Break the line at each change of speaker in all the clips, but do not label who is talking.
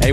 Hey,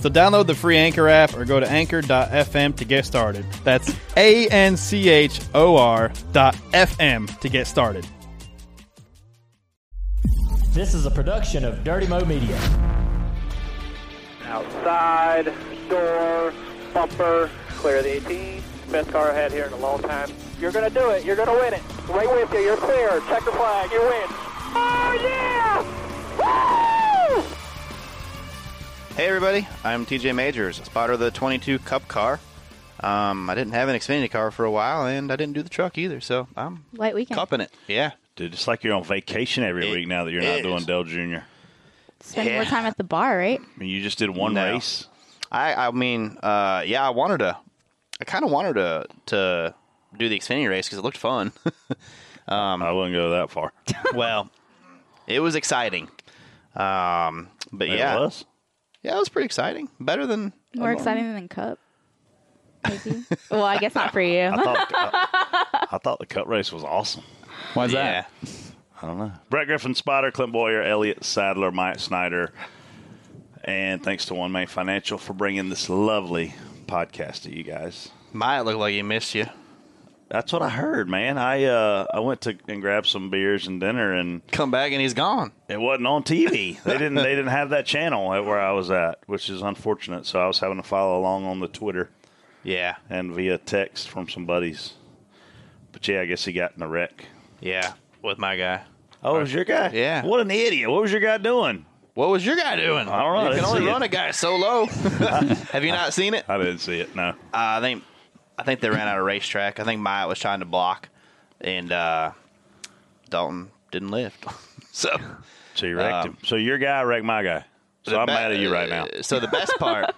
So download the free Anchor app or go to anchor.fm to get started. That's A N C H O R dot FM to get started.
This is a production of Dirty Mo Media.
Outside, door, bumper, clear the 18. Best car I had here in a long time. You're going to do it. You're going to win it. Right with you. You're clear. Check the flag. You win. Oh, yeah! Woo!
Hey everybody, I'm TJ Majors, spotter of the 22 Cup car. Um, I didn't have an Xfinity car for a while, and I didn't do the truck either, so I'm
Light weekend.
cupping it. Yeah,
Dude, it's like you're on vacation every
It
week now that you're not
is.
doing Dell Jr.
Spend more
Yeah.
time at the bar, right?
I mean, you just did one
No.
race.
I I mean, uh, yeah, I wanted to, I kind of wanted to to do the Xfinity race because it looked fun.
I wouldn't go that far.
well, it was exciting. Um, but yeah,
It was.
yeah, it was pretty exciting. Better than
More exciting than cup. Maybe. well, I guess not for you.
I thought, I, I thought the cup race was awesome.
Why is
yeah.
Brett Griffin, Spotter, Clint Boyer, Elliot Sadler, Mike Snyder, and thanks to One Main Financial for bringing this lovely podcast to you guys.
Might look like he missed you.
That's what I heard, man. I uh, I went to and grabbed some beers and dinner, and
Come back and he's gone.
it wasn't on TV. They didn't they didn't have that channel at where I was at, which is unfortunate. So I was having to follow along on the Twitter
Yeah,
and via text from some buddies. But yeah, I guess he got in a wreck.
yeah, with my guy.
Oh, it was your guy?
Yeah.
What an idiot! What was your guy doing?
What was your guy doing?
I don't know. I
You can
didn't
only
see it.
run a guy so low. Have you not seen it?
I didn't see it. No.
Uh, I think I think they ran out of racetrack. I think Myatt was trying to block, and uh, Dalton didn't lift. so
So you wrecked
Um,
him. So your guy wrecked my guy. So
the
I'm
be-
mad at you right now.
uh, So the best part,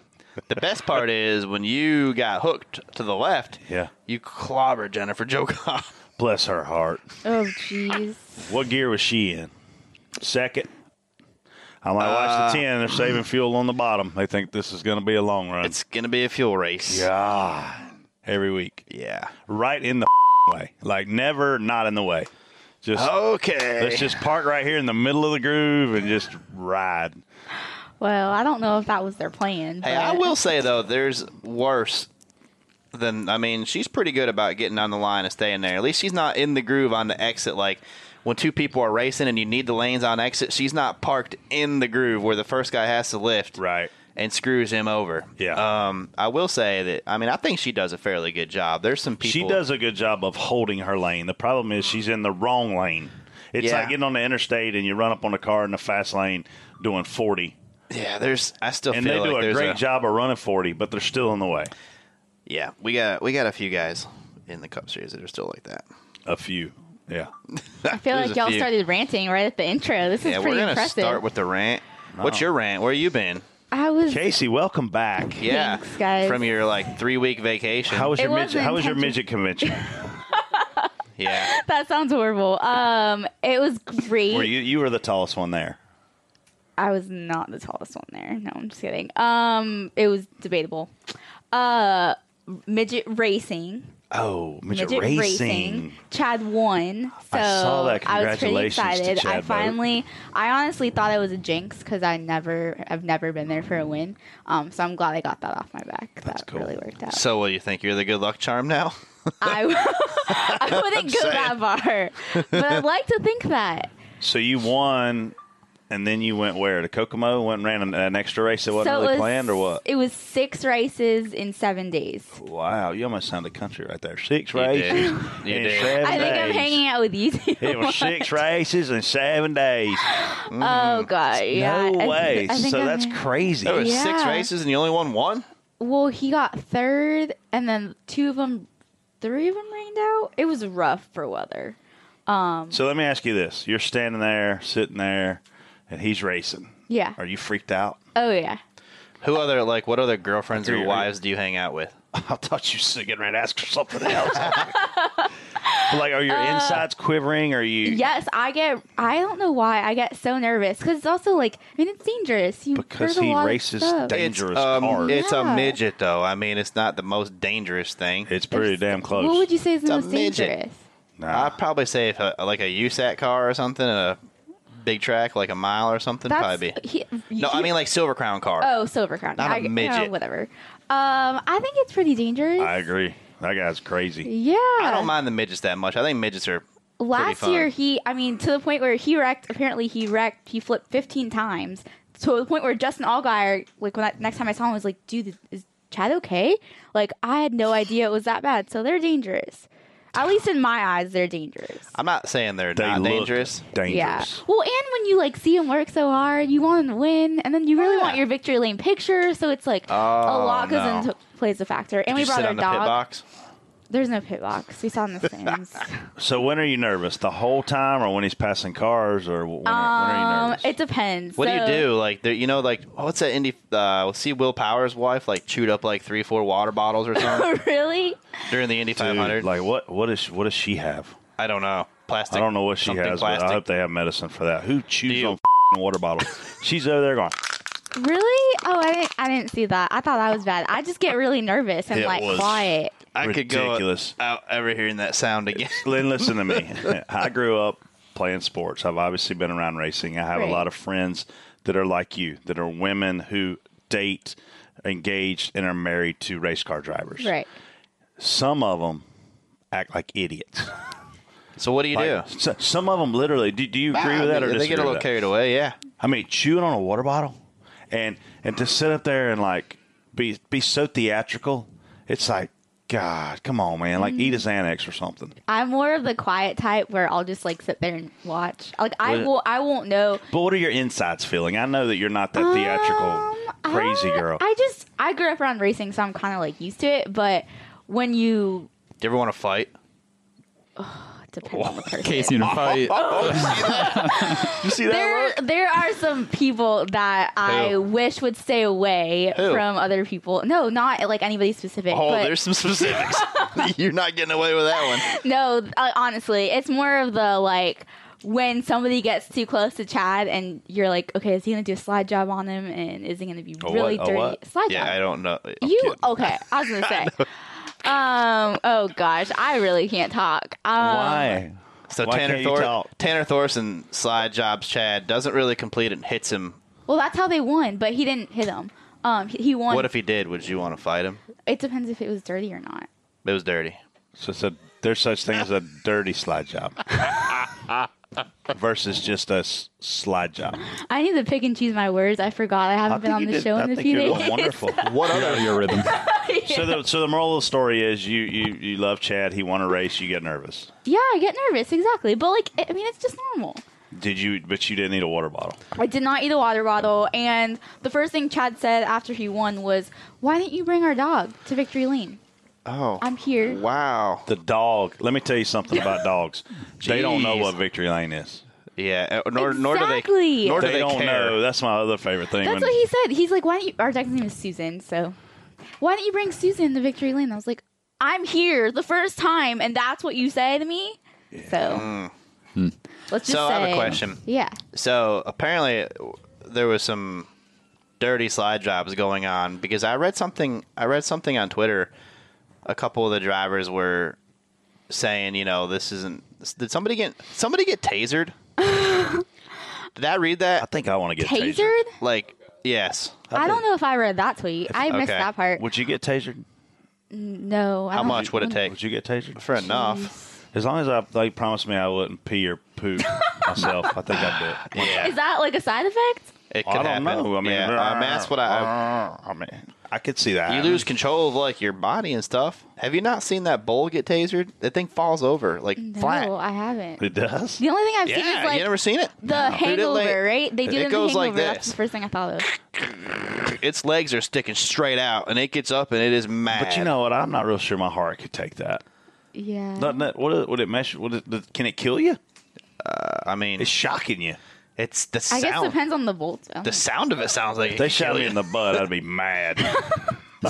the best part is when you got hooked to the left.
Yeah.
you clobbered Jennifer Jokoff.
Bless her heart.
oh, jeez.
What gear was she in? Second. I might
Uh,
watch the ten. They're saving fuel on the bottom. They think this is going to be a long run.
It's gonna be a fuel race.
God. Every week,
Yeah.
right in the way, like never not in the way. Just
Oh, Okay.
let's just park right here in the middle of the groove and just ride.
Well, I don't know if that was their plan.
Hey,
but-
I will say though, there's worse than I mean, she's pretty good about getting on the line and staying there. At least she's not in the groove on the exit like when two people are racing and you need the lanes on exit, she's not parked in the groove where the first guy has to lift
Right.
and screws him over.
Yeah.
Um, I will say that I mean I think she does a fairly good job. There's some people
She does a good job of holding her lane. The problem is she's in the wrong lane. It's
Yeah.
like getting on the interstate and you run up on a car in the fast lane doing 40.
Yeah, there's I still
And they
feel
do
like
a
there's
great job of running 40, but they're still in the way.
Yeah, we got we got a few guys in the cup series that are still like that.
A few. Yeah.
I feel
There's
like
a
y'all
few.
started ranting right at the intro. This is
Yeah, we're
pretty
gonna
impressive.
start with the rant. What's your rant? Where you been?
I was.
Casey, welcome back.
Yeah,
Thanks, guys.
From your like three week vacation.
How was
It
your midget,
wasn't
how was your
intentional.
midget convention?
yeah,
That sounds horrible. Um, it was great.
Were you you were the tallest one there.
I was not the tallest one there. No, I'm just kidding. Um, it was debatable. Uh, midget racing.
Oh, midget,
midget
racing.
racing. Chad won, so
I saw that.
was pretty
Congratulations to
excited.
Chad
I
Boat.
finally, I honestly thought it was a jinx because I never, I've never been there for a win. Um, so I'm glad I got that off my back. that
cool.
really worked out.
So, what do you think? You're the good luck charm now?
I, I wouldn't go that far, but I'd like to think that.
So you won And then you went where to Kokomo? Went and ran an, an extra race that wasn't
so
really
it was,
planned, or what?
It was six races in seven days.
Wow, you almost sounded country right there. Six
You did.
races
You
in
did.
seven
I think I'm
days.
hanging out with you too.
It was six races in seven days.
Oh god, yeah.
no
I- I
way.
think
so
I'm
that's
hanging-
crazy.
There was six
Yeah.
races and you only won one.
Well, he got third, and then two of them, three of them rained out. It was rough for weather.
So let me ask you this: You're standing there, sitting there, and he's racing.
Yeah.
Are you freaked out?
Oh yeah.
Who other like what other girlfriends
Agree,
or
agree.
wives do you hang out with?
I thought you were getting ready to ask for something else. But, like, are your
Uh,
insides quivering? Are you?
Yes, I get. I don't know why I get so nervous because it's also like I mean it's dangerous. You
Because
there's a
he
lot of
races
stuff.
da- Dangerous
it's, um,
cars.
It's
Yeah.
a midget though. I mean, it's not the most dangerous thing.
It's pretty damn close.
What would you say is the
It's a
most
midget.
dangerous?
Nah.
I'd probably say if a, like a USAC car or something, a big track like a mile or something, probably. Be.
he-
No, I
he-
mean like Silver Crown car.
oh silver crown.
not a
I- yeah,
midget.
whatever. Um, I think it's pretty dangerous.
I agree. That guy's crazy.
yeah.
I don't mind the midgets that much. I think midgets are
last
fun.
year he i mean to the point where he wrecked apparently he wrecked he flipped 15 times to the point where justin allgaier like when I, next time i saw him I was like dude is chad okay like i had no idea it was that bad so they're dangerous at least in my eyes they're dangerous
I'm not saying they're
They
not
look
dangerous.
yeah
Dangerous.
well and when you like see him work so hard you want him to win and then you really
Oh, Yeah.
want your victory lane picture so it's like a
Oh,
lot goes
no.
into plays a factor and
Did
we
you
brought
sit
our
on the
dog
pit box?
there's no pit box we saw on the stands
So when are you nervous? The whole time, or when he's passing cars, or when, are, when are you
um
nervous?
it depends
What
So-
do you do? Like, there- you know, like oh, what's that indie? Uh, see, Will Power's wife like chewed up like three, four water bottles or something
really
during the Indy
Dude,
500.
like what? What is? What does she have?
I don't know, plastic.
I don't know what she
something
has,
Plastic.
but I hope they have medicine for that. Who chews
Deal.
on f***ing water bottles? She's over there going.
Really? Oh, I didn't, I didn't see that. I thought that was bad. I just get really nervous and
It
like
was-
quiet.
I could go
Ridiculous.
out ever hearing that sound again.
Lynn, listen to me. I grew up playing sports. I've obviously been around racing. I have
Right.
a lot of friends that are like you, that are women who date, engaged, and are married to race car drivers.
Right.
Some of them act like idiots.
So what do you
Like,
do?
so- some of them literally. Do, do you agree with that or
they
disagree
get a
with
little
that?
carried away. Yeah,
I mean, chewing on a water bottle, and and to sit up there and like be be so theatrical, it's like God, come on, man! Like
Mm-hmm.
eat a Xanax or something.
I'm more of the quiet type where I'll just like sit there and watch. Like I
What-
will. I won't know.
But what are your insides feeling? I know that you're not that theatrical
Um,
crazy
I-
girl.
I just I grew up around racing, so I'm kind of like used to it. But when you
do you ever want to fight?
it depends on the person.
Case you in a fight.
you see
there, there are some people that I
Who?
wish would stay away
Who?
from other people. No, not like anybody specific.
Oh,
but
there's some specifics. You're not getting away with that one.
No, uh, honestly, it's more of the like when somebody gets too close to Chad and you're like, okay, is he gonna do a slide job on him and is he gonna be
A
really
what? A
dirty?
what?
Slide
Yeah,
job.
I don't know. I'm
you
kidding.
okay? I was gonna say. um. Oh gosh, I really can't talk. Um,
Why?
So
Why
Tanner
can't you
Thor-
talk?
Tanner Thorson slide jobs Chad doesn't really complete and hits him.
Well, that's how they won, but he didn't hit him. Um, he, he won.
What if he did? Would you want to fight him?
it depends if it was dirty or not.
It was dirty.
So it's a, there's such thing as a dirty slide job versus just a s- slide job.
I need to pick and choose my words. I forgot I haven't been
think
on
you
the
did-
show
I
in a
think
few
you're doing
days.
wonderful.
What other?
Your rhythm.
So the so the moral of the story is you you you love Chad. He won a race. You get nervous.
yeah, I get nervous exactly, but like, I I mean, it's just normal.
Did you? But you didn't need a water bottle.
I did not eat a water bottle, and the first thing Chad said after he won was, "Why didn't you bring our dog to Victory Lane?
Oh,
I'm here."
wow.
The dog. Let me tell you something about dogs. They don't know
Jeez.
what victory lane is.
Yeah, uh, nor, nor do
Exactly.
they nor
They,
do they
don't
care.
know. That's my other favorite thing.
That's what he said. He's like, "Why didn't you?" Our dog's name is Susan, so why didn't you bring Susan to Victory Lane? I was like, "I'm here the first time, and that's what you say to me." So let's just
So I have a
say-
question.
Yeah,
So apparently, uh, there was some dirty slide jobs going on because I read something. I read something on Twitter. A couple of the drivers were saying, you know, this isn't. Did somebody get somebody get tasered? did I read
I
that?
think I want to get
tasered.
tasered.
Like, yes.
I don't know if I read that tweet. I missed
Okay.
that part.
Would you get tasered?
no. I
How
don't-
much would it take
Would you get tasered?
for enough?
As long as I, they promised me I wouldn't pee or poop myself. I think I'd do it.
Yeah,
Is that like a side effect?
it
I
could
don't
happen.
know. I mean,
yeah, um, that's what I.
I mean, I could see that.
You lose control of like your body and stuff. Have you not seen that bull get tasered? That thing falls over like
No,
flat.
I haven't.
It does.
The only thing I've seen
yeah,
is like
you never seen it.
the
Who did
hangover,
they-
right? They do
It
it in
goes
the
like
hangover. That's
this.
the first thing I thought of.
Its legs are sticking straight out, and it gets up and it is mad.
But you know what? I'm not real sure my heart could take that.
Yeah.
Doesn't it? What would it mesh? Would it, can it kill you?
I mean,
It's shocking you.
it's the
I
sound.
guess depends on the volt. Though.
The sound of it sounds like it
They
could
shot
kill
me
you.
in the butt. I'd be mad.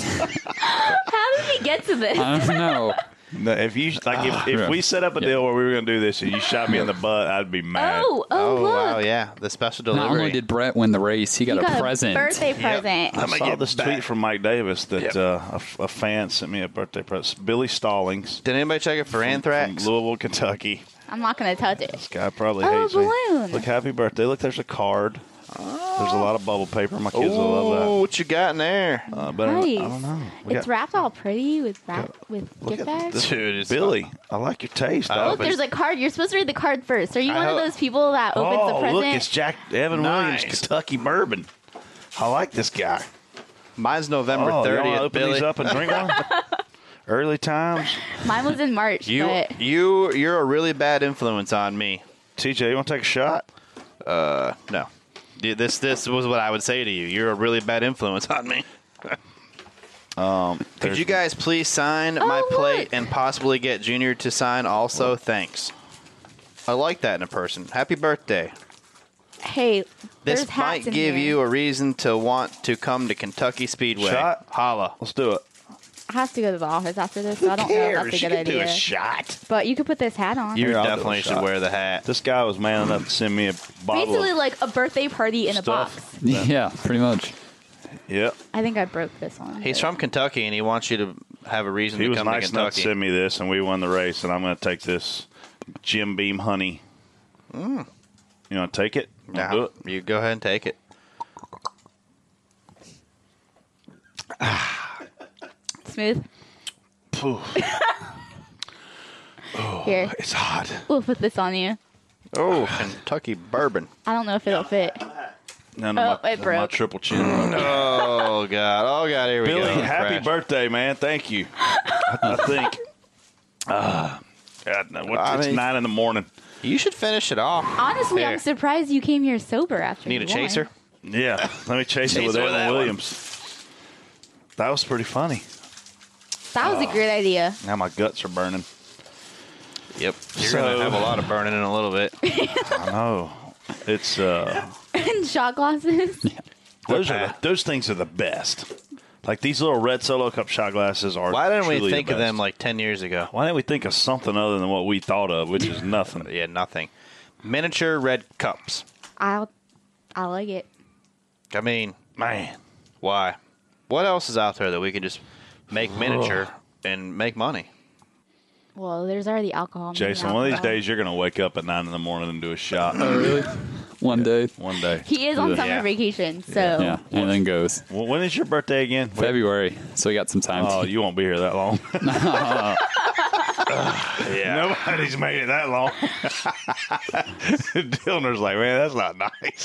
How did we get to this?
I don't know.
No, if you like,
Ah.
if, if we set up a deal where we were going to do this and you shot me in the butt, I'd be mad.
oh, oh,
Oh
look.
wow, yeah, the special delivery.
Not only did Brett win the race, he got
you
a
got
present.
a birthday present.
I saw
get
this
back.
tweet from Mike Davis that
Yep.
uh, a, f- a fan sent me a birthday present. Billy Stallings,
Did anybody check it for anthrax?
from Louisville, Kentucky.
I'm not gonna touch it.
This guy probably
Oh,
hates me.
balloon. Oh.
Look, happy birthday! Look, there's a card. There's a lot of bubble paper. My kids will
Ooh,
love
what you got in there?
that. Uh, but I-
nice.
I don't know. We
it's
got-
wrapped all pretty with wrap with
Look
gift
at
bags. Oh,
this,
Dude, it's-
Billy. I like your taste.
I
I
Look,
open-
there's a card. You're supposed to read the card first. Are you
I
one
hope-
of those people that opens the
oh,
present?
look, it's Jack Evan
Nice.
Williams, Kentucky bourbon. I like this guy.
Mine's November
Oh, you want to
thirtieth.
open
Billy,
these up and drink one? Early times.
Mine was in March,
you
but
you you're a really bad influence on me.
TJ, you want to take a shot?
No, Dude, this this was what I would say to you. You're a really bad influence on me. Um, Could
There's-
you guys please sign my
look.
plate and possibly get Junior to sign also? Thanks. I like that in a person. Happy birthday.
hey,
This
there's
might
hats in
give
here.
you a reason to want to come to Kentucky Speedway.
Shot?
Holla.
Let's do it.
I have to go to the office after this, so I don't know if that's
You
a good
can do a
idea.
shot.
But you could put this hat on.
You
Here, I'll do
definitely
a
should
shot.
wear the hat.
This guy was man enough to send me a bottle.
Basically,
of
like a birthday party in a
Stuff.
box.
Yeah, pretty much.
yep.
I think I broke this one.
He's
but-
from Kentucky and he wants you to have a reason
He
to
was
come
nice
to
enough to
Kentucky.
send me this, and we won the race. And I'm going to take this Jim Beam honey.
Mm.
You want to take it? Wanna
Nah,
do it?
you go ahead and take it.
smooth. Here,
It's hot.
we'll put this on you.
Oh, Kentucky bourbon.
I don't know if it'll fit.
None
Oh,
of my,
it
none of my
broke.
triple chin.
Oh God! Oh God! Here we
Billy,
go.
happy
Crash.
birthday, man. Thank you. I think. Ah, God, no, what,
I
it's
mean-
nine in the morning.
You should finish it off.
Honestly,
Here.
I'm surprised you came here sober after.
Need a
you won.
chaser?
Yeah, let me chase it
Chase
with
it with that
Evan
one.
Williams. That was pretty funny.
That was a great idea.
Now my guts are burning.
Yep. You're
So-
gonna have a lot of burning in a little bit.
I know. It's uh,
and shot glasses.
those are the, those things are the best. Like these little red solo cup shot glasses are.
Why didn't we
truly the
think of them
best.
like ten years ago?
Why didn't we think of something other than what we thought of, which is nothing?
Yeah, nothing. Miniature red cups.
I'll, I like it.
I mean,
Man,
why? What else is out there that we can just make miniature and make money?
Well, there's already alcohol. maybe
Jason, one of these
alcohol.
days you're gonna wake up at nine in the morning and do a shot.
Really? One day.
One day.
He is on
Yeah.
summer vacation, so
Yeah, and then goes.
Well, when is your birthday again?
February, so we got some time.
Oh, you won't be here that long.
Yeah.
Nobody's made it that long. Dillner's like, man, that's not nice.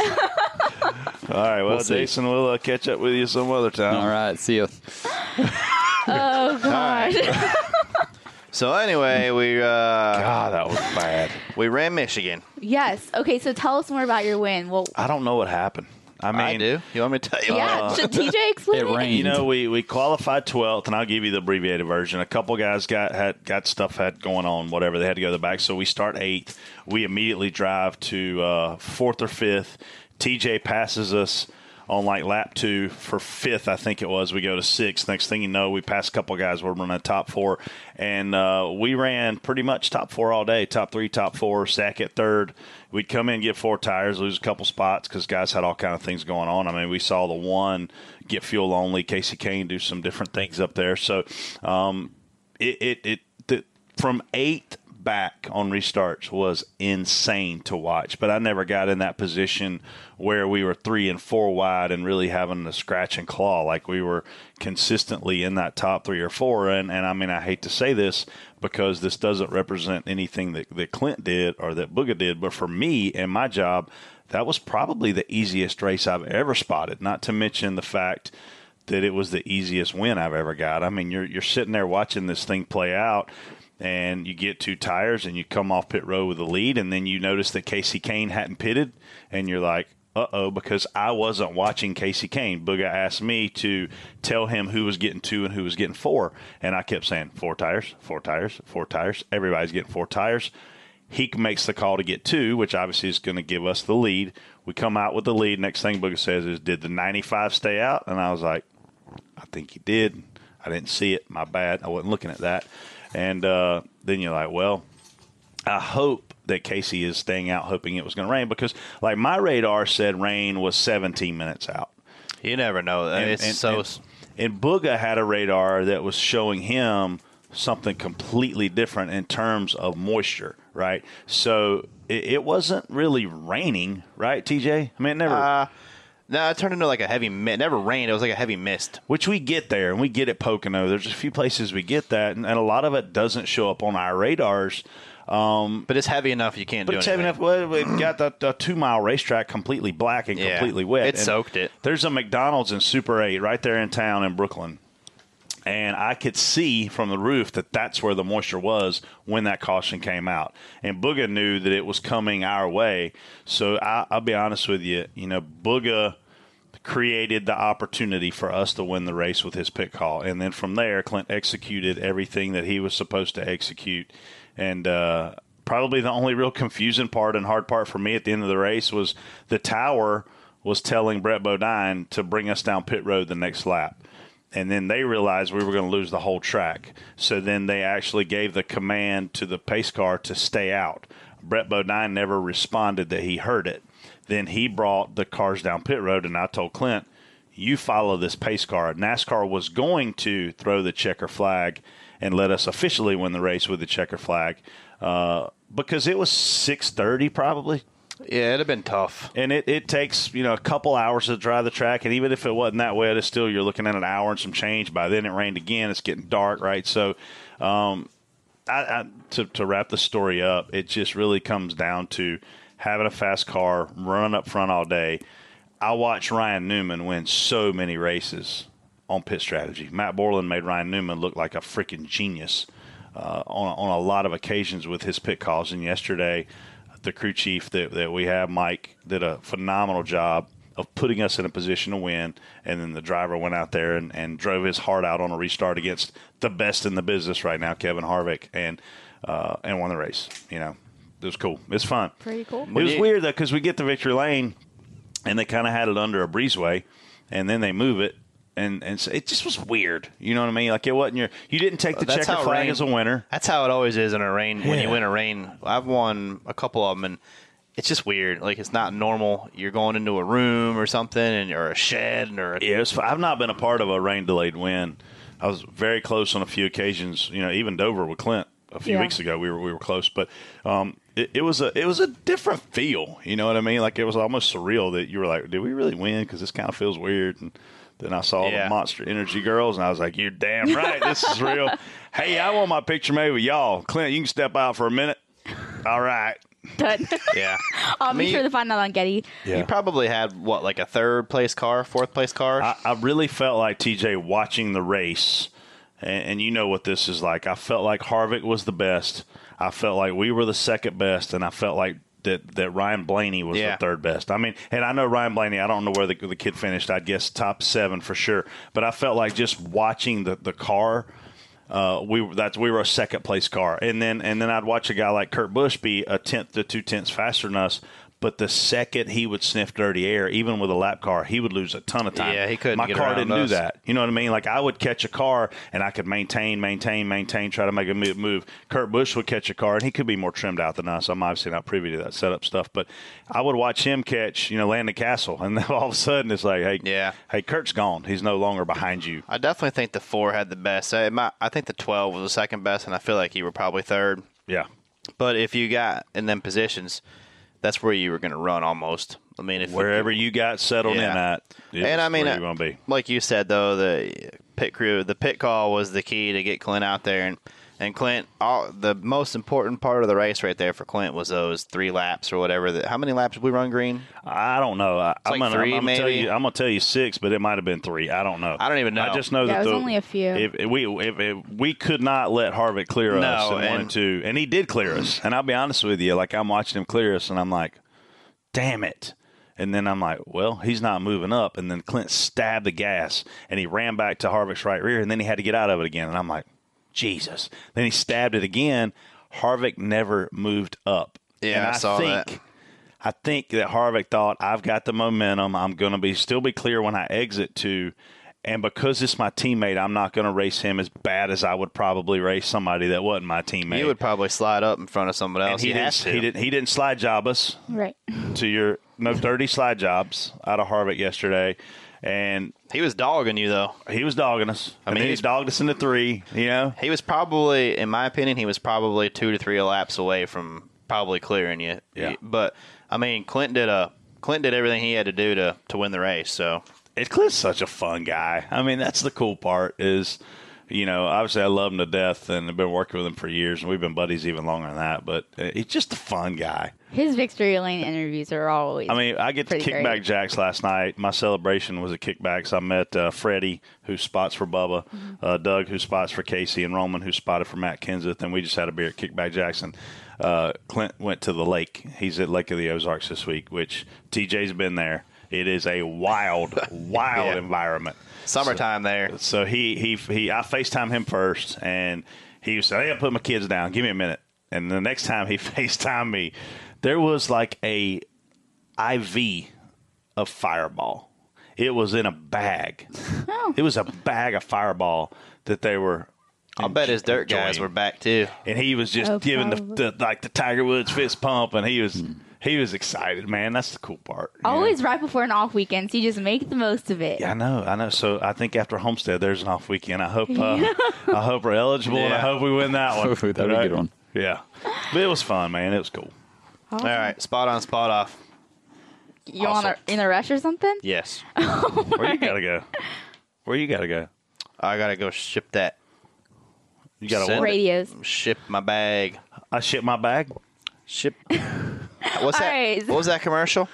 All right, well,
We'll see.
Jason, we'll uh, catch up with you some other time.
All right, see you.
So anyway, we uh,
God, that was bad.
we ran Michigan.
yes. Okay, so tell us more about your win. Well,
I don't know what happened. I mean,
I do. You want me to tell you?
yeah. Should TJ explain
It rained.
You know, we, we qualified twelfth, and I'll give you the abbreviated version. A couple guys got had got stuff had going on, whatever. They had to go to the back, so we start eighth. We immediately drive to uh, fourth or fifth. TJ passes us on like lap two for fifth, I think it was. We go to sixth. Next thing you know, we pass a couple guys. We're running top four, and uh, we ran pretty much top four all day. Top three, top four, second, third. We'd come in, get four tires, lose a couple spots because guys had all kind of things going on. I mean, we saw the one get fuel only. Casey Kane do some different things up there. So um, it it, it the, from eighth back on restarts was insane to watch. But I never got in that position where we were three and four wide and really having to scratch and claw like we were consistently in that top three or four. And and I mean I hate to say this, because this doesn't represent anything that, that Clint did or that Booga did. But for me and my job, that was probably the easiest race I've ever spotted, not to mention the fact that it was the easiest win I've ever got. I mean, you're you're sitting there watching this thing play out and you get two tires and you come off pit row with a lead and then you notice that Casey Kane hadn't pitted and you're like, uh oh, because I wasn't watching Casey Kane. Booga asked me to tell him who was getting two and who was getting four. And I kept saying, four tires, four tires, four tires. Everybody's getting four tires. He makes the call to get two, which obviously is going to give us the lead. We come out with the lead. Next thing Booga says is, did the 95 stay out? And I was like, I think he did. I didn't see it. My bad. I wasn't looking at that. And uh, then you're like, well, I hope that Casey is staying out, hoping it was going to rain because, like, my radar said rain was 17 minutes out.
You never know. it's so.
and, and Booga had a radar that was showing him something completely different in terms of moisture, right? So it, it wasn't really raining, right, TJ? I mean, it never.
no, it turned into like a heavy mist. It never rained. It was like a heavy mist.
which we get there and we get at Pocono. There's a few places we get that, and, and a lot of it doesn't show up on our radars.
But it's heavy enough you can't
But
do
it's
anything.
heavy enough. Well, we got the, the two mile racetrack completely black and
Yeah.
completely wet.
It
And
soaked it.
There's a McDonald's in Super 8 right there in town in Brooklyn. And I could see from the roof that that's where the moisture was when that caution came out. And Booga knew that it was coming our way. So I, I'll be honest with you, you know, Booga created the opportunity for us to win the race with his pit call. And then from there, Clint executed everything that he was supposed to execute. And uh, probably the only real confusing part and hard part for me at the end of the race was the tower was telling Brett Bodine to bring us down pit road the next lap. And then they realized we were going to lose the whole track. So then they actually gave the command to the pace car to stay out. Brett Bodine never responded that he heard it. Then he brought the cars down pit road, and I told Clint, you follow this pace car. NASCAR was going to throw the checker flag and let us officially win the race with the checker flag uh, because it was 6.30 probably
Yeah, it'd have been tough.
and it, it takes you know a couple hours to dry the track and even if it wasn't that wet it's still you're looking at an hour and some change by then it rained again it's getting dark right so um, I, I, to, to wrap the story up it just really comes down to having a fast car running up front all day i watched ryan newman win so many races on pit strategy matt borland made ryan newman look like a freaking genius uh, on, on a lot of occasions with his pit calls and yesterday the crew chief that, that we have, Mike, did a phenomenal job of putting us in a position to win. And then the driver went out there and, and drove his heart out on a restart against the best in the business right now, Kevin Harvick, and uh, and won the race. You know, it was cool. It's fun.
Pretty cool.
It was weird though because we get to victory lane, and they kind of had it under a breezeway, and then they move it. And, and so it just was weird, you know what I mean? Like it wasn't your, you didn't take the
Well, that's
checker
how
flag
rain-
as a winner.
That's how it always is in a rain. When you win a rain, I've won a couple of them, and it's just weird. Like it's not normal. You're going into a room or something, and or a shed, or a,
Yeah, it was, I've not been a part of a rain delayed win. I was very close on a few occasions. You know, even Dover with Clint a few
Yeah.
weeks ago, we were we were close, but um, it, it was a it was a different feel. You know what I mean? Like it was almost surreal that you were like, "Did we really win?" Because this kind of feels weird. And then I saw
Yeah.
the Monster Energy girls, and I was like, "You're damn right, this is real." hey, I want my picture made with y'all, Clint. You can step out for a minute. All right.
Done.
yeah.
I'll be
Me-
sure to find that on Getty.
You probably had what like a third place car, fourth place car.
I, I really felt like TJ watching the race, and, and you know what this is like. I felt like Harvick was the best. I felt like we were the second best, and I felt like that that Ryan Blaney was
Yeah.
the third best. I mean, and I know Ryan Blaney. I don't know where the, the kid finished. I'd guess top seven for sure. But I felt like just watching the the car. Uh, we that's we were a second place car, and then and then I'd watch a guy like Kurt Busch be a tenth to two tenths faster than us. But the second he would sniff dirty air, even with a lap car, he would lose a ton of time.
Yeah, he couldn't
My
get
car
around
didn't
us.
do that. You know what I mean? Like I would catch a car and I could maintain, maintain, maintain, try to make a move. move. Kurt Busch would catch a car and he could be more trimmed out than us. I'm obviously not privy to that setup stuff, but I would watch him catch, you know, land the castle, and then all of a sudden it's like, hey,
Yeah.
hey, Kurt's gone. He's no longer behind you.
I definitely think the four had the best. I, my, I think the twelve was the second best, and I feel like you were probably third.
Yeah,
But if you got in them positions, that's where you were going to run almost. I mean, if
wherever you got settled in
Yeah.
at, is
and I mean, uh,
where you gonna be?
like you said though, the pit crew, the pit call was the key to get Clint out there, and And Clint, all, the most important part of the race right there for Clint was those three laps or whatever. That, how many laps did we run green?
I don't know. I, I'm
like
gonna,
three,
I'm, gonna tell
maybe?
you. I'm gonna tell you six, but it might have been three. I don't know.
I don't even know.
I just know
Yeah,
that
it was
the-
only a few.
If, if we if, if we could not let Harvick clear
No,
us and, wanted
and-
to, and he did clear us. And I'll be honest with you, like I'm watching him clear us, and I'm like, damn it. And then I'm like, well, he's not moving up. And then Clint stabbed the gas, and he ran back to Harvick's right rear, and then he had to get out of it again. And I'm like, Jesus. Then he stabbed it again. Harvick never moved up.
Yeah,
and
I saw that.
think- I think that Harvick thought I've got the momentum. I'm going to be still be clear when I exit to, and because it's my teammate, I'm not going to race him as bad as I would probably race somebody that wasn't my teammate.
You would probably slide up in front of someone
and
else.
he
You
didn't.
have to.
He didn't. He didn't slide job us
Right.
to your no dirty slide jobs out of Harvick yesterday, and
He was dogging you though.
he was dogging us. I
mean,
mean, he
he's-
dogged us into three. You know,
He was probably, in my opinion, he was probably two to three laps away from probably clearing you.
Yeah.
But I mean, Clint did a Clint did everything he had to do to to win the race. So
it Clint's such a fun guy. I mean, that's the cool part is, you know, obviously I love him to death and I've been working with him for years and we've been buddies even longer than that, but uh, he's just a fun guy.
His victory lane interviews are always.
I mean, I get the
Pretty
kickback
great.
jacks last night. My celebration was at kickbacks. I met uh, Freddie, who spots for Bubba,
Mm-hmm.
uh, Doug, who spots for Casey, and Roman, who spotted for Matt Kenseth. And we just had a beer at kickback Jackson. Uh, Clint went to the lake. He's at Lake of the Ozarks this week, which TJ's been there. It is a wild, wild
Yeah.
environment.
summertime there.
So he he he. I Facetime him first, and he said, "Hey, I put my kids down. Give me a minute." And the next time he Facetime me, there was like a IV of Fireball. It was in a bag.
Oh.
It was a bag of Fireball that they were.
I'll bet his dirt guys were back too.
And he was just
Oh,
giving the,
probably.
the like the Tiger Woods fist pump, and he was he was excited, man. That's the cool part. you know?
always right before an off weekend, so you just make the most of it.
Yeah, I know, I know. So I think after Homestead, there's an off weekend. I hope, uh, I hope we're eligible, and I
Yeah.
hope we win that one.
Ooh, that'd be a good one.
Yeah, but it was fun, man. It was cool.
All right, spot on, spot off.
You on a, in a rush or something?
Yes,
Where you gotta go? Where you gotta go?
I gotta go ship that.
You gotta.
Send
What?
it.
Radios.
Ship my bag.
I ship my bag.
Ship. What's that?
right.
What was that commercial?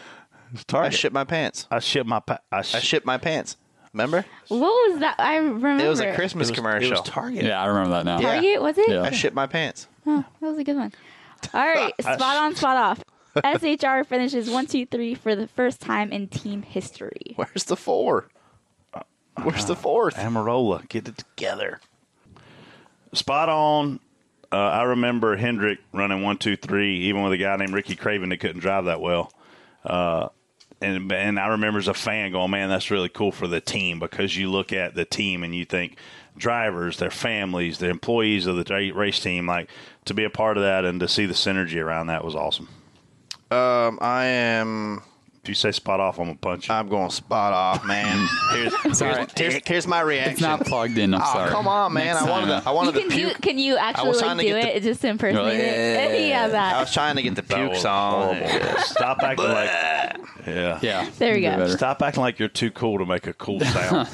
It's
I
Target.
ship my pants.
I ship my. Pa- I,
I
ship.
ship my pants. Remember?
What was that? I remember.
It was a Christmas
It
commercial.
was Target.
Yeah, I remember that now.
Yeah.
Target, was it?
Yeah.
I ship my pants.
That was a good one. All right, spot on, spot off. SHR finishes one, two, three for the first time in team history.
Where's the four? Uh, Where's the fourth?
Amarola, get it together. Spot on. Uh, I remember Hendrick running one, two, three, even with a guy named Ricky Craven that couldn't drive that well. Uh, and and I remember as a fan going, man, that's really cool for the team because you look at the team and you think drivers, their families, the employees of the dra- race team, like to be a part of that and to see the synergy around that was awesome.
Um, I am.
If you say spot off, I'm gonna punch you.
I'm going spot off, man. here's, here's, here's, here's my reaction.
It's not plugged in. I'm
oh,
sorry.
come on, man! I wanted to. I wanted
you
to
can
puke.
do. Can you actually
was
like,
trying to
do
get
it? It's Just impersonate
You're like,
it. Yeah,
I
that.
was trying to get the
That
puke
was
song.
horrible. Stop acting like yeah.
Yeah.
There we
you do
go.
better.
Stop acting like you're too cool to make a cool sound.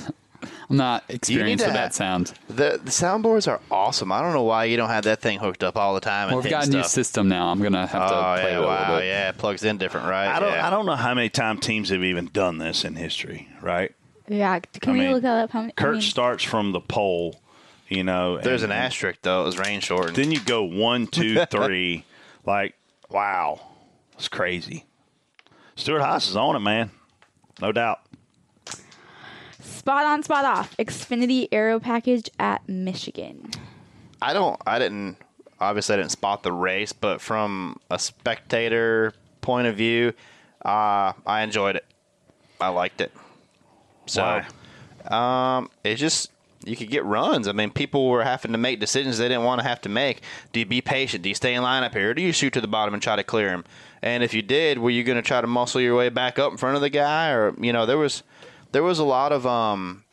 I'm not experienced
to
with
have-
that sound.
The, the soundboards are awesome. I don't know why you don't have that thing hooked up all the time. And
Well, we've
hitting
got a new
stuff.
system now. I'm gonna have to
Oh
play
yeah!
with it a
Wow!
little bit.
Yeah, it plugs in different, right?
I don't.
Yeah.
I don't know how many time teams have even done this in history, right?
Yeah. Can
I
we
mean,
look that up? How many? I
Kurt
mean,
starts from the pole, you know.
There's an
Mm-hmm.
and-
asterisk though. It was rain shortened.
Then you go one, two, three. like, wow, it's crazy. Stuart Haas is on it, man. No doubt.
spot on, spot off. Xfinity Aero Package at Michigan.
I don't. I didn't. Obviously, I didn't spot the race, but from a spectator point of view, uh, I enjoyed it. I liked it. So
Why?
Um, it's just you could get runs. I mean, people were having to make decisions they didn't want to have to make. Do you be patient? Do you stay in line up here? Or do you shoot to the bottom and try to clear him? And if you did, were you going to try to muscle your way back up in front of the guy? Or you know, there was there was a lot of um.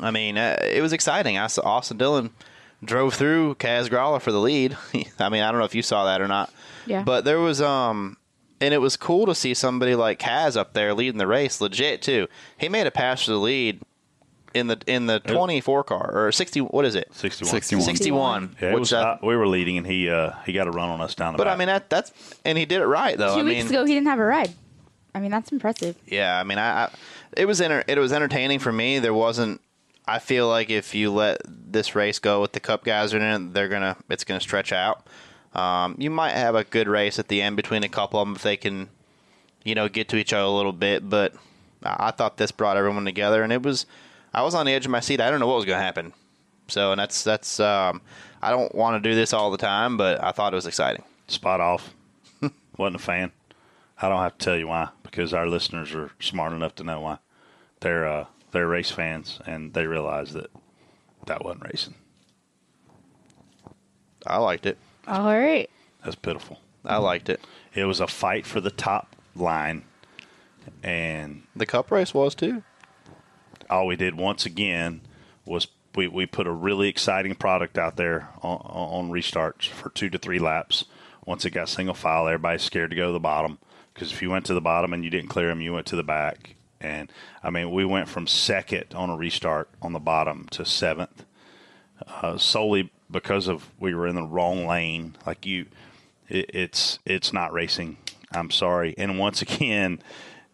I mean, uh, it was exciting. I saw Austin Dillon drove through Kaz Growler for the lead. I mean, I don't know if you saw that or not.
Yeah.
But there was um and it was cool to see somebody like Kaz up there leading the race legit too. He made a pass for the lead in the in the 24 car or 60. What is it?
61.
61.
61.
Yeah, it
which
was,
I-
hot. we were leading, and he uh, he got a run on us down the
but
back.
I mean that that's and he did it right though.
Two
I
weeks
mean,
ago, he didn't have a ride. I mean, that's impressive.
yeah, I mean, I, I it was enter, it was entertaining for me. There wasn't. I feel like if you let this race go with the Cup guys in it, they're gonna it's gonna stretch out. Um, you might have a good race at the end between a couple of them if they can, you know, get to each other a little bit. But I I thought this brought everyone together, and it was I was on the edge of my seat. I don't know what was gonna happen. So, and that's that's um, I don't want to do this all the time, but I thought it was exciting.
Spot off. Wasn't a fan. I don't have to tell you why because our listeners are smart enough to know why. They're uh, they're race fans and they realize that that wasn't racing.
I liked it.
All right.
That's pitiful.
I liked it.
It was a fight for the top line, and
The cup race was too.
all we did once again was we, we put a really exciting product out there on, on restarts for two to three laps. Once it got single file, everybody's scared to go to the bottom because if you went to the bottom and you didn't clear them, you went to the back. And I mean, we went from second on a restart on the bottom to seventh uh, solely because of we were in the wrong lane. Like you, it, it's it's not racing. I'm sorry. And once again,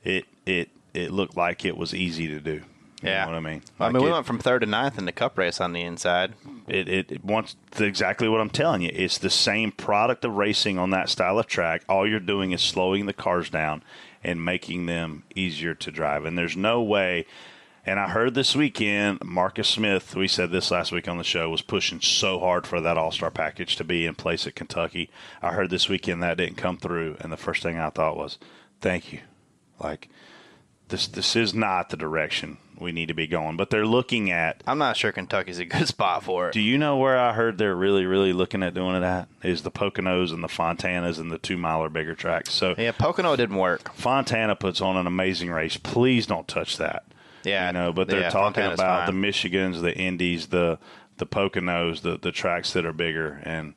it it it looked like it was easy to do. You
Yeah.
know what I mean.
I
Like
mean, we
it-
went from third to ninth in the cup race on the inside.
it, it, it wants the, exactly what I'm telling you. It's the same product of racing on that style of track. All you're doing is slowing the cars down and making them easier to drive. And there's no way. And I heard this weekend, Marcus Smith, we said this last week on the show, was pushing so hard for that All Star package to be in place at Kentucky. I heard this weekend that didn't come through. And the first thing I thought was, thank you. Like, this, this is not the direction we need to be going. But they're looking at
I'm not sure Kentucky's a good spot for it.
do you know where I heard they're really, really looking at doing it at? Is the Poconos and the Fontanas and the two mile or bigger tracks. So
yeah, Pocono didn't work.
Fontana puts on an amazing race. Please don't touch that.
Yeah,
You know, but they're
yeah,
talking
Fontana's
about
fine.
the Michigans, the Indies, the the Poconos, the, the tracks that are bigger and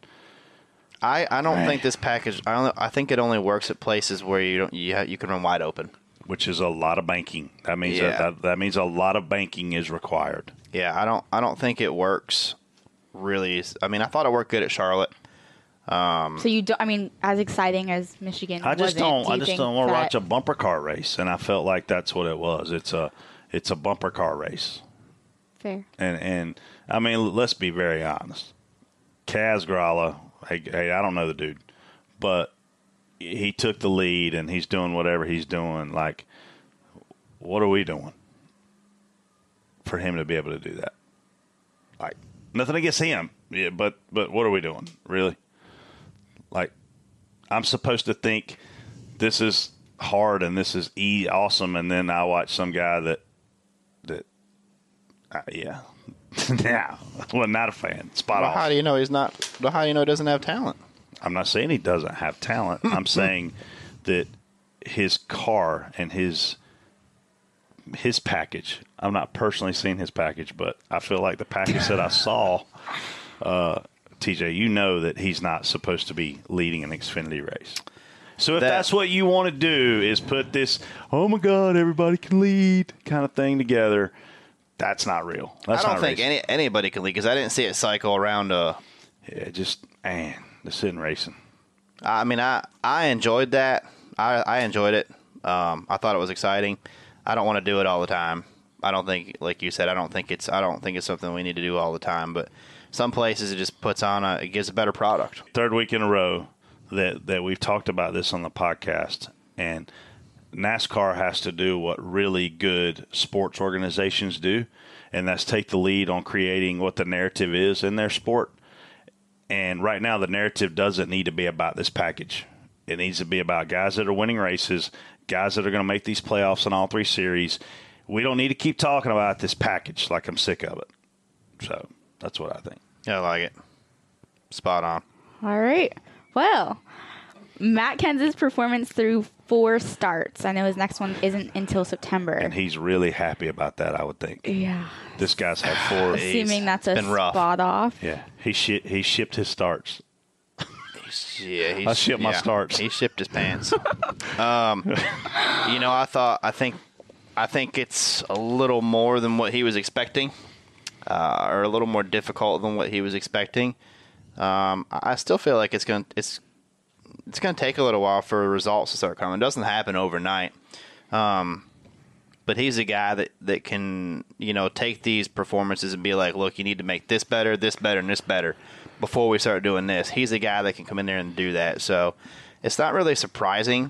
I, I don't think this package. I only, I think it only works at places where you don't you ha, you can run wide open.
which is a lot of banking. That means
Yeah.
that, that that means a lot of banking is required.
Yeah, I don't I don't think it works. Really, I mean, I thought it worked good at Charlotte.
So you don't. I mean, as exciting as Michigan.
Um, I just
wasn't,
don't.
do
I
you
just
think
don't want to
that-
watch a bumper car race, and I felt like that's what it was. It's a it's a bumper car race.
Fair.
and and I mean, let's be very honest. Kaz Gralla, hey, hey, I don't know the dude, but he took the lead and he's doing whatever he's doing. Like, what are we doing for him to be able to do that? Like, nothing against him, yeah, but but what are we doing really? Like, I'm supposed to think this is hard and this is e awesome, and then I watch some guy that that uh, yeah. yeah. Well, not a fan. Spot
Well,
off.
how do you know he's not? well, How do you know he doesn't have talent?
I'm not saying he doesn't have talent. I'm saying that his car and his his package. I'm not personally seeing his package, but I feel like the package that I saw, uh, TJ, you know that he's not supposed to be leading an Xfinity race. So if
That-
that's what you want to do is put this, oh my God, everybody can lead kind of thing together. That's not real. That's
I
not
don't think
racing.
any, anybody can lead because I didn't see it cycle around. Uh,
Yeah, just man, this isn't racing.
I mean, I I enjoyed that. I I enjoyed it. Um, I thought it was exciting. I don't want to do it all the time. I don't think, like you said, I don't think it's I don't think it's something we need to do all the time. But some places it just puts on a it gives a better product.
Third week in a row that that we've talked about this on the podcast, and NASCAR has to do what really good sports organizations do, and that's take the lead on creating what the narrative is in their sport. And right now, the narrative doesn't need to be about this package. It needs to be about guys that are winning races, guys that are going to make these playoffs in all three series. We don't need to keep talking about this package like I'm sick of it. So that's what I think.
I like it. Spot on.
All right. Well, Matt Kenseth's performance through four starts. I know his next one isn't until September.
And he's really happy about that, I would think.
yeah.
This guy's had four.
Assuming that's a
been rough.
spot off.
yeah, he shit. He shipped his starts.
Yeah, he
I shipped my starts.
He shipped his pants. um, you know, I thought I think I think it's a little more than what he was expecting, uh, or a little more difficult than what he was expecting. Um, I I still feel like it's going to it's it's going to take a little while for results to start coming. It doesn't happen overnight. Um, but he's a guy that, that can, you know, take these performances and be like, look, you need to make this better, this better, and this better before we start doing this. He's a guy that can come in there and do that. So it's not really surprising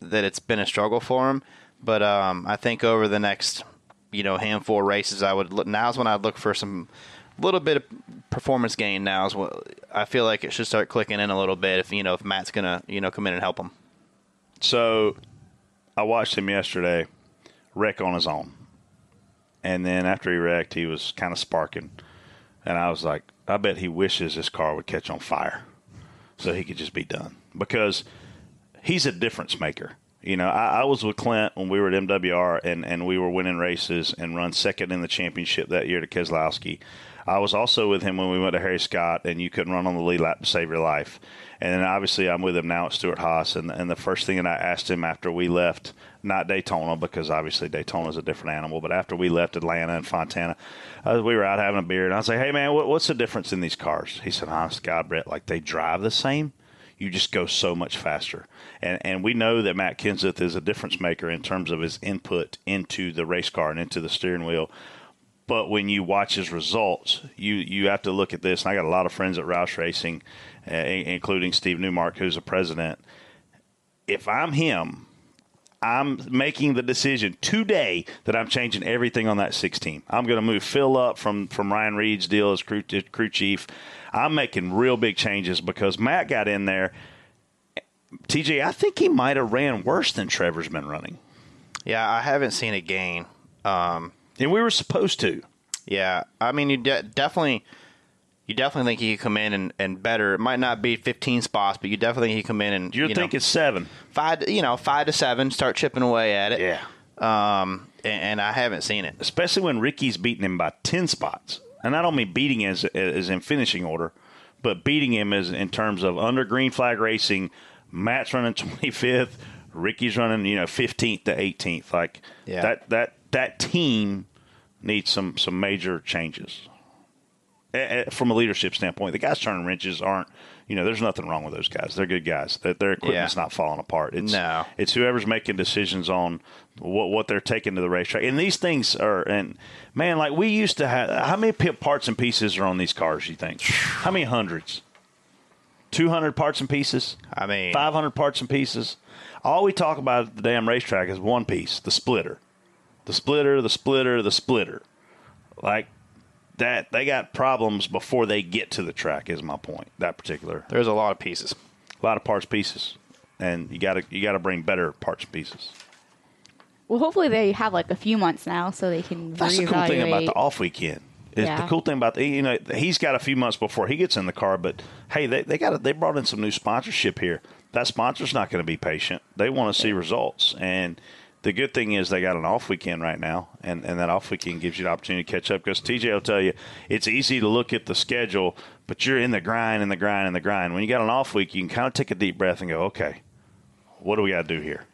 that it's been a struggle for him. But um, I think over the next, you know, handful of races, I would look, now's when I'd look for some little bit of performance gain. Now is what I feel like it should start clicking in a little bit. If you know, if Matt's gonna, you know, come in and help him.
So I watched him yesterday wreck on his own. And then after he wrecked, he was kind of sparking. And I was like, I bet he wishes his car would catch on fire so he could just be done because he's a difference maker. You know, I, I was with Clint when we were at MWR and, and we were winning races and run second in the championship that year to Keselowski. I was also with him when we went to Harry Scott, and you couldn't run on the lead lap to save your life. And then obviously I'm with him now at Stuart Haas, and and the first thing that I asked him after we left, not Daytona because obviously Daytona is a different animal, but after we left Atlanta and Fontana, uh, we were out having a beer, and I was like, "Hey man, what, what's the difference in these cars?" He said, "Honest to God, Brett, like they drive the same." you just go so much faster. And and we know that Matt Kenseth is a difference maker in terms of his input into the race car and into the steering wheel. But when you watch his results, you you have to look at this. And I got a lot of friends at Roush Racing, uh, in- including Steve Newmark, who's the president. If I'm him, I'm making the decision today that I'm changing everything on that 16. I'm going to move Phil up from from Ryan Reed's deal as crew, crew chief. I'm making real big changes because Matt got in there. TJ, I think he might have ran worse than Trevor's been running,
Yeah, I haven't seen a gain. Um,
and we were supposed to.
Yeah, I mean, you de- definitely, you definitely think he could come in and, and better. It might not be 15 spots, but you definitely think he could come in and
You're
you know,
thinking seven.
five, you know, five to seven, start chipping away at it.
Yeah.
Um, and, and I haven't seen it.
especially when Ricky's beating him by 10 spots. And I don't mean beating as, as in finishing order, but beating him as in terms of under green flag racing, Matt's running 25th, Ricky's running, you know, 15th to 18th. Like
Yeah.
that, that, that team needs some, some major changes. Eh, eh, From a leadership standpoint, the guys turning wrenches aren't, you know, there's nothing wrong with those guys. They're good guys. Their, their equipment's
Yeah.
not falling apart. It's,
No.
it's whoever's making decisions on what what they're taking to the racetrack. And these things are and man, like we used to have how many pi- parts and pieces are on these cars, you think? How many hundreds? 200 parts and pieces?
I mean-
500 parts and pieces. All we talk about at the damn racetrack is one piece, the splitter. The splitter, the splitter, the splitter. Like that they got problems before they get to the track is my point. That particular
There's a lot of pieces.
a lot of parts pieces and you got to you got to bring better parts pieces.
Well, hopefully they have like a few months now, so they can.
That's the cool thing about the off weekend. Is the
Yeah.
cool thing about the, you know he's got a few months before he gets in the car, but hey, they they got they brought in some new sponsorship here. That sponsor's not going to be patient. They want to see results, and the good thing is they got an off weekend right now, and and that off weekend gives you the opportunity to catch up. Because TJ will tell you it's easy to look at the schedule, but you're in the grind and the grind and the grind. When you got an off week, you can kind of take a deep breath and go, okay, what do we got to do here?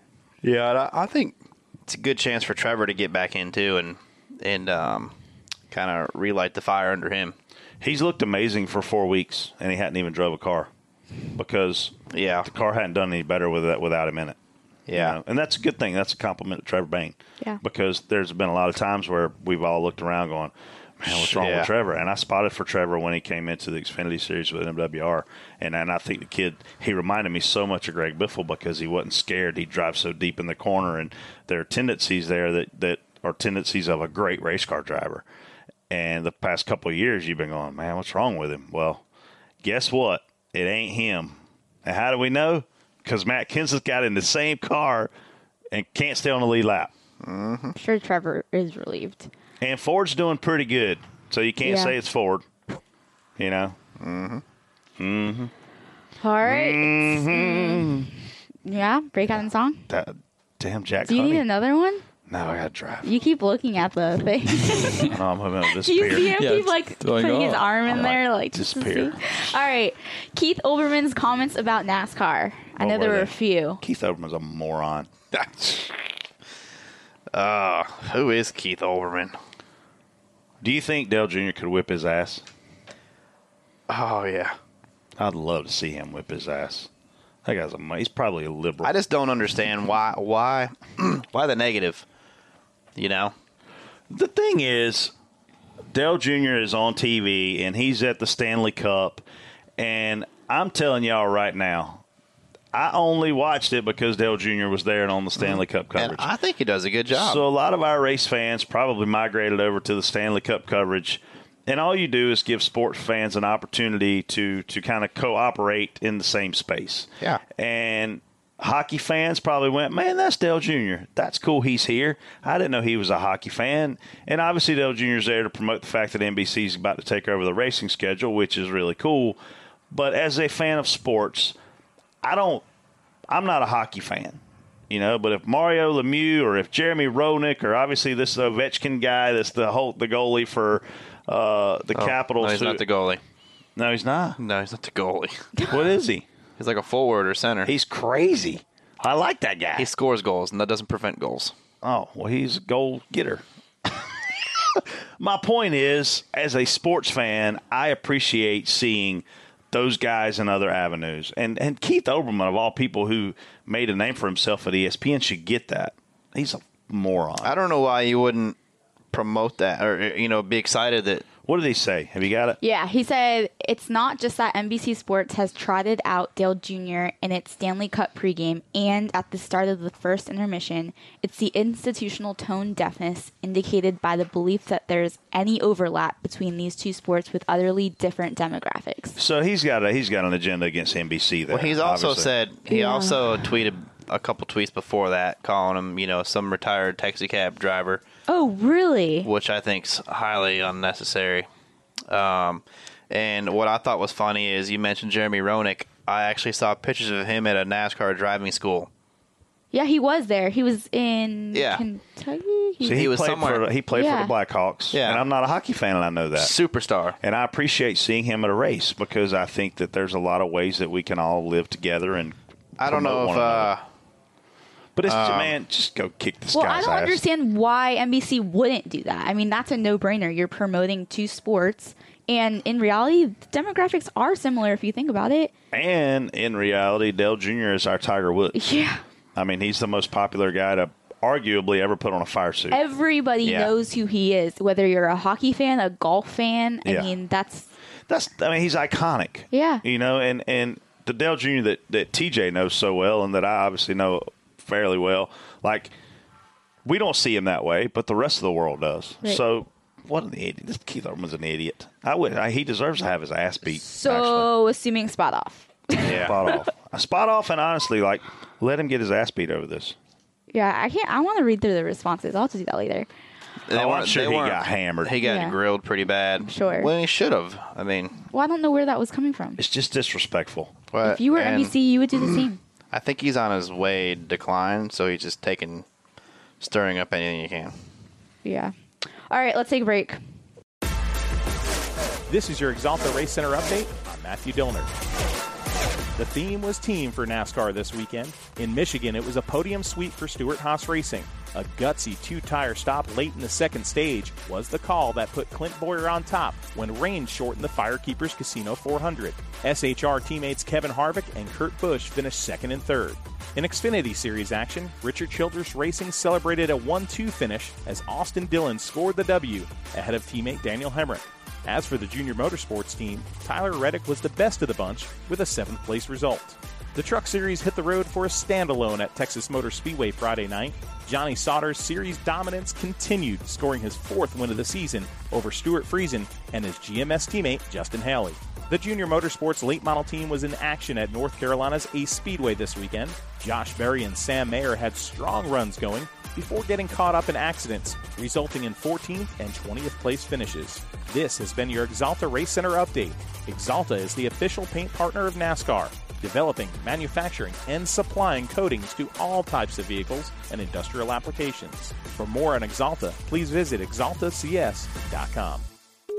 Yeah, and I, I think it's a good chance for Trevor to get back in too and and um, kind of relight the fire under him.
He's looked amazing for four weeks, and he hadn't even drove a car because
Yeah.
the car hadn't done any better with that without him in it. you
Yeah.
know? and that's a good thing. That's a compliment to Trevor Bain.
Yeah.
because there's been a lot of times where we've all looked around going, "Man, what's wrong
Yeah.
with Trevor?" And I spotted for Trevor when he came into the Xfinity Series with MWR, and and I think the kid he reminded me so much of Greg Biffle because he wasn't scared. He drives so deep in the corner, and there are tendencies there that that are tendencies of a great race car driver. And the past couple of years, you've been going, man, what's wrong with him? Well, guess what? It ain't him. And how do we know? Because Matt Kenseth got in the same car and can't stay on the lead lap.
I'm sure Trevor is relieved.
And Ford's doing pretty good, so you can't
Yeah.
say it's Ford. You know,
All right. it's- mm. Yeah, break out in song.
that, damn Jack.
Do you
Honey.
need another one?
no, I gotta drive.
You keep looking at the thing.
No, I'm hoping I'll
Do you
disappear.
see him
Yeah,
keep
it's
like
going
putting his
up.
arm in there, like just to
disappear.
see? All right, Keith Olbermann's comments about NASCAR. I
What
know there
were
were
they?
a few.
Keith Olbermann's a moron.
Uh, who is Keith Olbermann?
Do you think Dale Jr. could whip his ass?
Oh yeah.
I'd love to see him whip his ass. That guy's a mu- he's probably a liberal.
I just don't understand why why why the negative. You know?
the thing is, Dale Jr. is on TV and he's at the Stanley Cup, and I'm telling y'all right now, I only watched it because Dale Jr. was there Mm-hmm. and on the Stanley Cup
And
coverage.
I think he does a good job.
So a lot of our race fans probably migrated over to the Stanley Cup coverage. And all you do is give sports fans an opportunity to to kind of cooperate in the same space.
Yeah.
And hockey fans probably went, Man, that's Dale Jr. That's cool he's here. I didn't know he was a hockey fan. And obviously Dale Jr.'s there to promote the fact that NBC's about to take over the racing schedule, which is really cool. But as a fan of sports, I don't I'm not a hockey fan, you know. But if Mario Lemieux or if Jeremy Roenick or obviously this Ovechkin guy, that's the whole the goalie for uh, the Capitals.
Oh, No, he's not
who-
the goalie.
no, he's not.
No, he's not the goalie.
what is he?
He's like a forward or center.
He's crazy. I like that guy.
he scores goals, and that doesn't prevent goals.
Oh, well, he's a goal getter. My point is, as a sports fan, I appreciate seeing those guys in other avenues. And and Keith Oberman, of all people who made a name for himself at E ESPN, should get that. He's a moron.
I don't know why you wouldn't promote that or you know be excited that
What did he say? Have you got it?
Yeah, he said it's not just that NBC Sports has trotted out Dale Jr. in its Stanley Cup pregame and at the start of the first intermission, it's the institutional tone deafness indicated by the belief that there's any overlap between these two sports with utterly different demographics.
So he's got a he's got an agenda against NBC. There.
Well, he's also
obviously.
said he
Yeah.
also tweeted a couple tweets before that calling him, you know, some retired taxi cab driver,
Oh, really?
which I think's highly unnecessary. Um, and what I thought was funny is you mentioned Jeremy Roenick. I actually saw pictures of him at a NASCAR driving school.
Yeah, he was there. He was in
Yeah.
Kentucky. He-
See, he,
he was
played
somewhere-
For, he played
Yeah.
for the Blackhawks.
Yeah.
and I'm not a hockey fan, and I know that.
Superstar.
And I appreciate seeing him at a race because I think that there's a lot of ways that we can all live together. And
I don't know
promote
if
one another.
uh, um,
but it's man, just go kick this
well, I
guy's
don't
ass.
understand why NBC wouldn't do that. I mean, that's a no-brainer. You're promoting two sports, and in reality, the demographics are similar if you think about it.
And in reality, Dale Jr. is our Tiger Woods.
Yeah.
I mean, he's the most popular guy to arguably ever put on a fire suit.
Everybody
Yeah.
knows who he is, whether you're a hockey fan, a golf fan. I
Yeah.
mean, that's
that's I mean he's iconic.
Yeah.
You know, and and the Dale Jr. that that TJ knows so well and that I obviously know fairly well, like we don't see him that way, but the rest of the world does.
Right.
So what an idiot! This Keith Urban's an idiot. I would. I, he deserves to have his ass beat.
so assuming spot off.
actually. spot off. Spot off, and honestly, like let him get his ass beat over this.
Yeah, I can't. I want to read through the responses. I'll have to do that later.
they
Oh,
I'm
weren't-
sure
they
he
weren't-
got hammered.
He got
Yeah.
grilled pretty bad.
Sure.
Well, he should have. I mean,
Well, I don't know where that was coming from.
It's just disrespectful.
but-
If you were
and-
NBC, you would do the same.
I think he's on his way decline, so he's just taking stirring up anything he can.
Yeah. All right, let's take a break.
This is your Exalta Race Center update. I'm Matthew Dillner. The theme was team for NASCAR this weekend. In Michigan, it was a podium sweep for Stuart Haas Racing. A gutsy two tire stop late in the second stage was the call that put Clint Boyer on top when rain shortened the Firekeepers Casino 400. SHR teammates Kevin Harvick and Kurt Busch finished second and third. In Xfinity Series action, Richard Childress Racing celebrated a 1 2 finish as Austin Dillon scored the W ahead of teammate Daniel Hemrick. As for the junior motorsports team, Tyler Reddick was the best of the bunch with a seventh place result. The Truck Series hit the road for a standalone at Texas Motor Speedway Friday night. Johnny Sauter's series dominance continued, scoring his fourth win of the season over Stuart Friesen and his GMS teammate Justin Haley. The junior motorsports late model team was in action at North Carolina's Ace Speedway this weekend. Josh Berry and Sam Mayer had strong runs going before getting caught up in accidents, resulting in 14th and 20th place finishes. This has been your Exalta Race Center update. Exalta is the official paint partner of NASCAR, developing, manufacturing, and supplying coatings to all types of vehicles and industrial applications. For more on Exalta, please visit exaltacs.com.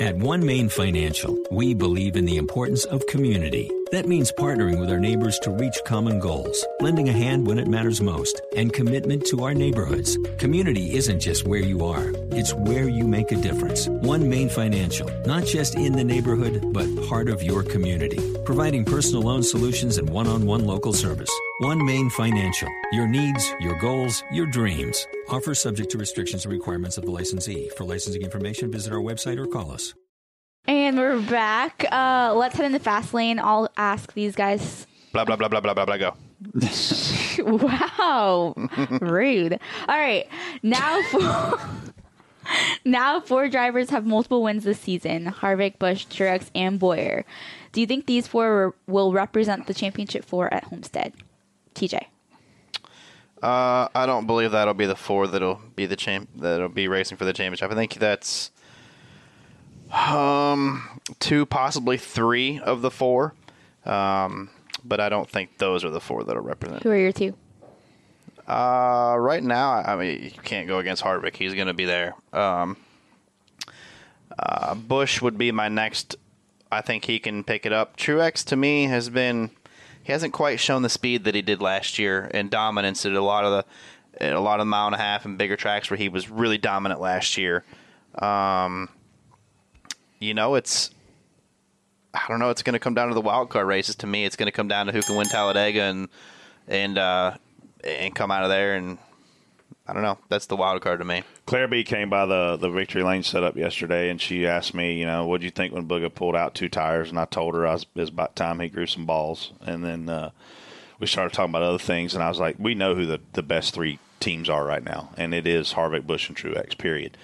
At One Main Financial, we believe in the importance of community. That means partnering with our neighbors to reach common goals, lending a hand when it matters most, and commitment to our neighborhoods. Community isn't just where you are, it's where you make a difference. One Main Financial, not just in the neighborhood, but part of your community, providing personal loan solutions and one on one local service. One Main Financial, your needs, your goals, your dreams. Offer subject to restrictions and requirements of the licensee. For licensing information, visit our website or call us.
And we're back. Uh, let's head in the fast lane. I'll ask these guys.
Blah blah blah blah blah blah blah. Go.
Wow, rude. All right, now four, now four drivers have multiple wins this season: Harvick, Bush, Truex, and Boyer. Do you think these four re- will represent the championship four at Homestead? TJ.
Uh, I don't believe that'll be the four that'll be the champ that'll be racing for the championship. I think that's um two, possibly three of the four. Um, but I don't think those are the four that'll represent.
Who are your two?
Uh, right now, I I mean, you can't go against Harvick. He's going to be there. Um, uh, Bush would be my next. I think he can pick it up. Truex to me has been. He hasn't quite shown the speed that he did last year in dominance at a lot of the, at a lot of mile and a half and bigger tracks where he was really dominant last year. Um, you know, it's I don't know. It's going to come down to the wild card races. To me, it's going to come down to who can win Talladega and and uh, and come out of there. And I don't know. That's the wild card to me.
Claire B came by the, the victory lane setup yesterday, and she asked me, you know, what do you think when Booga pulled out two tires? And I told her I was, it was about time he grew some balls. And then uh, we started talking about other things, and I was like, we know who the, the best three teams are right now, and it is Harvick, Bush, and Truex. Period.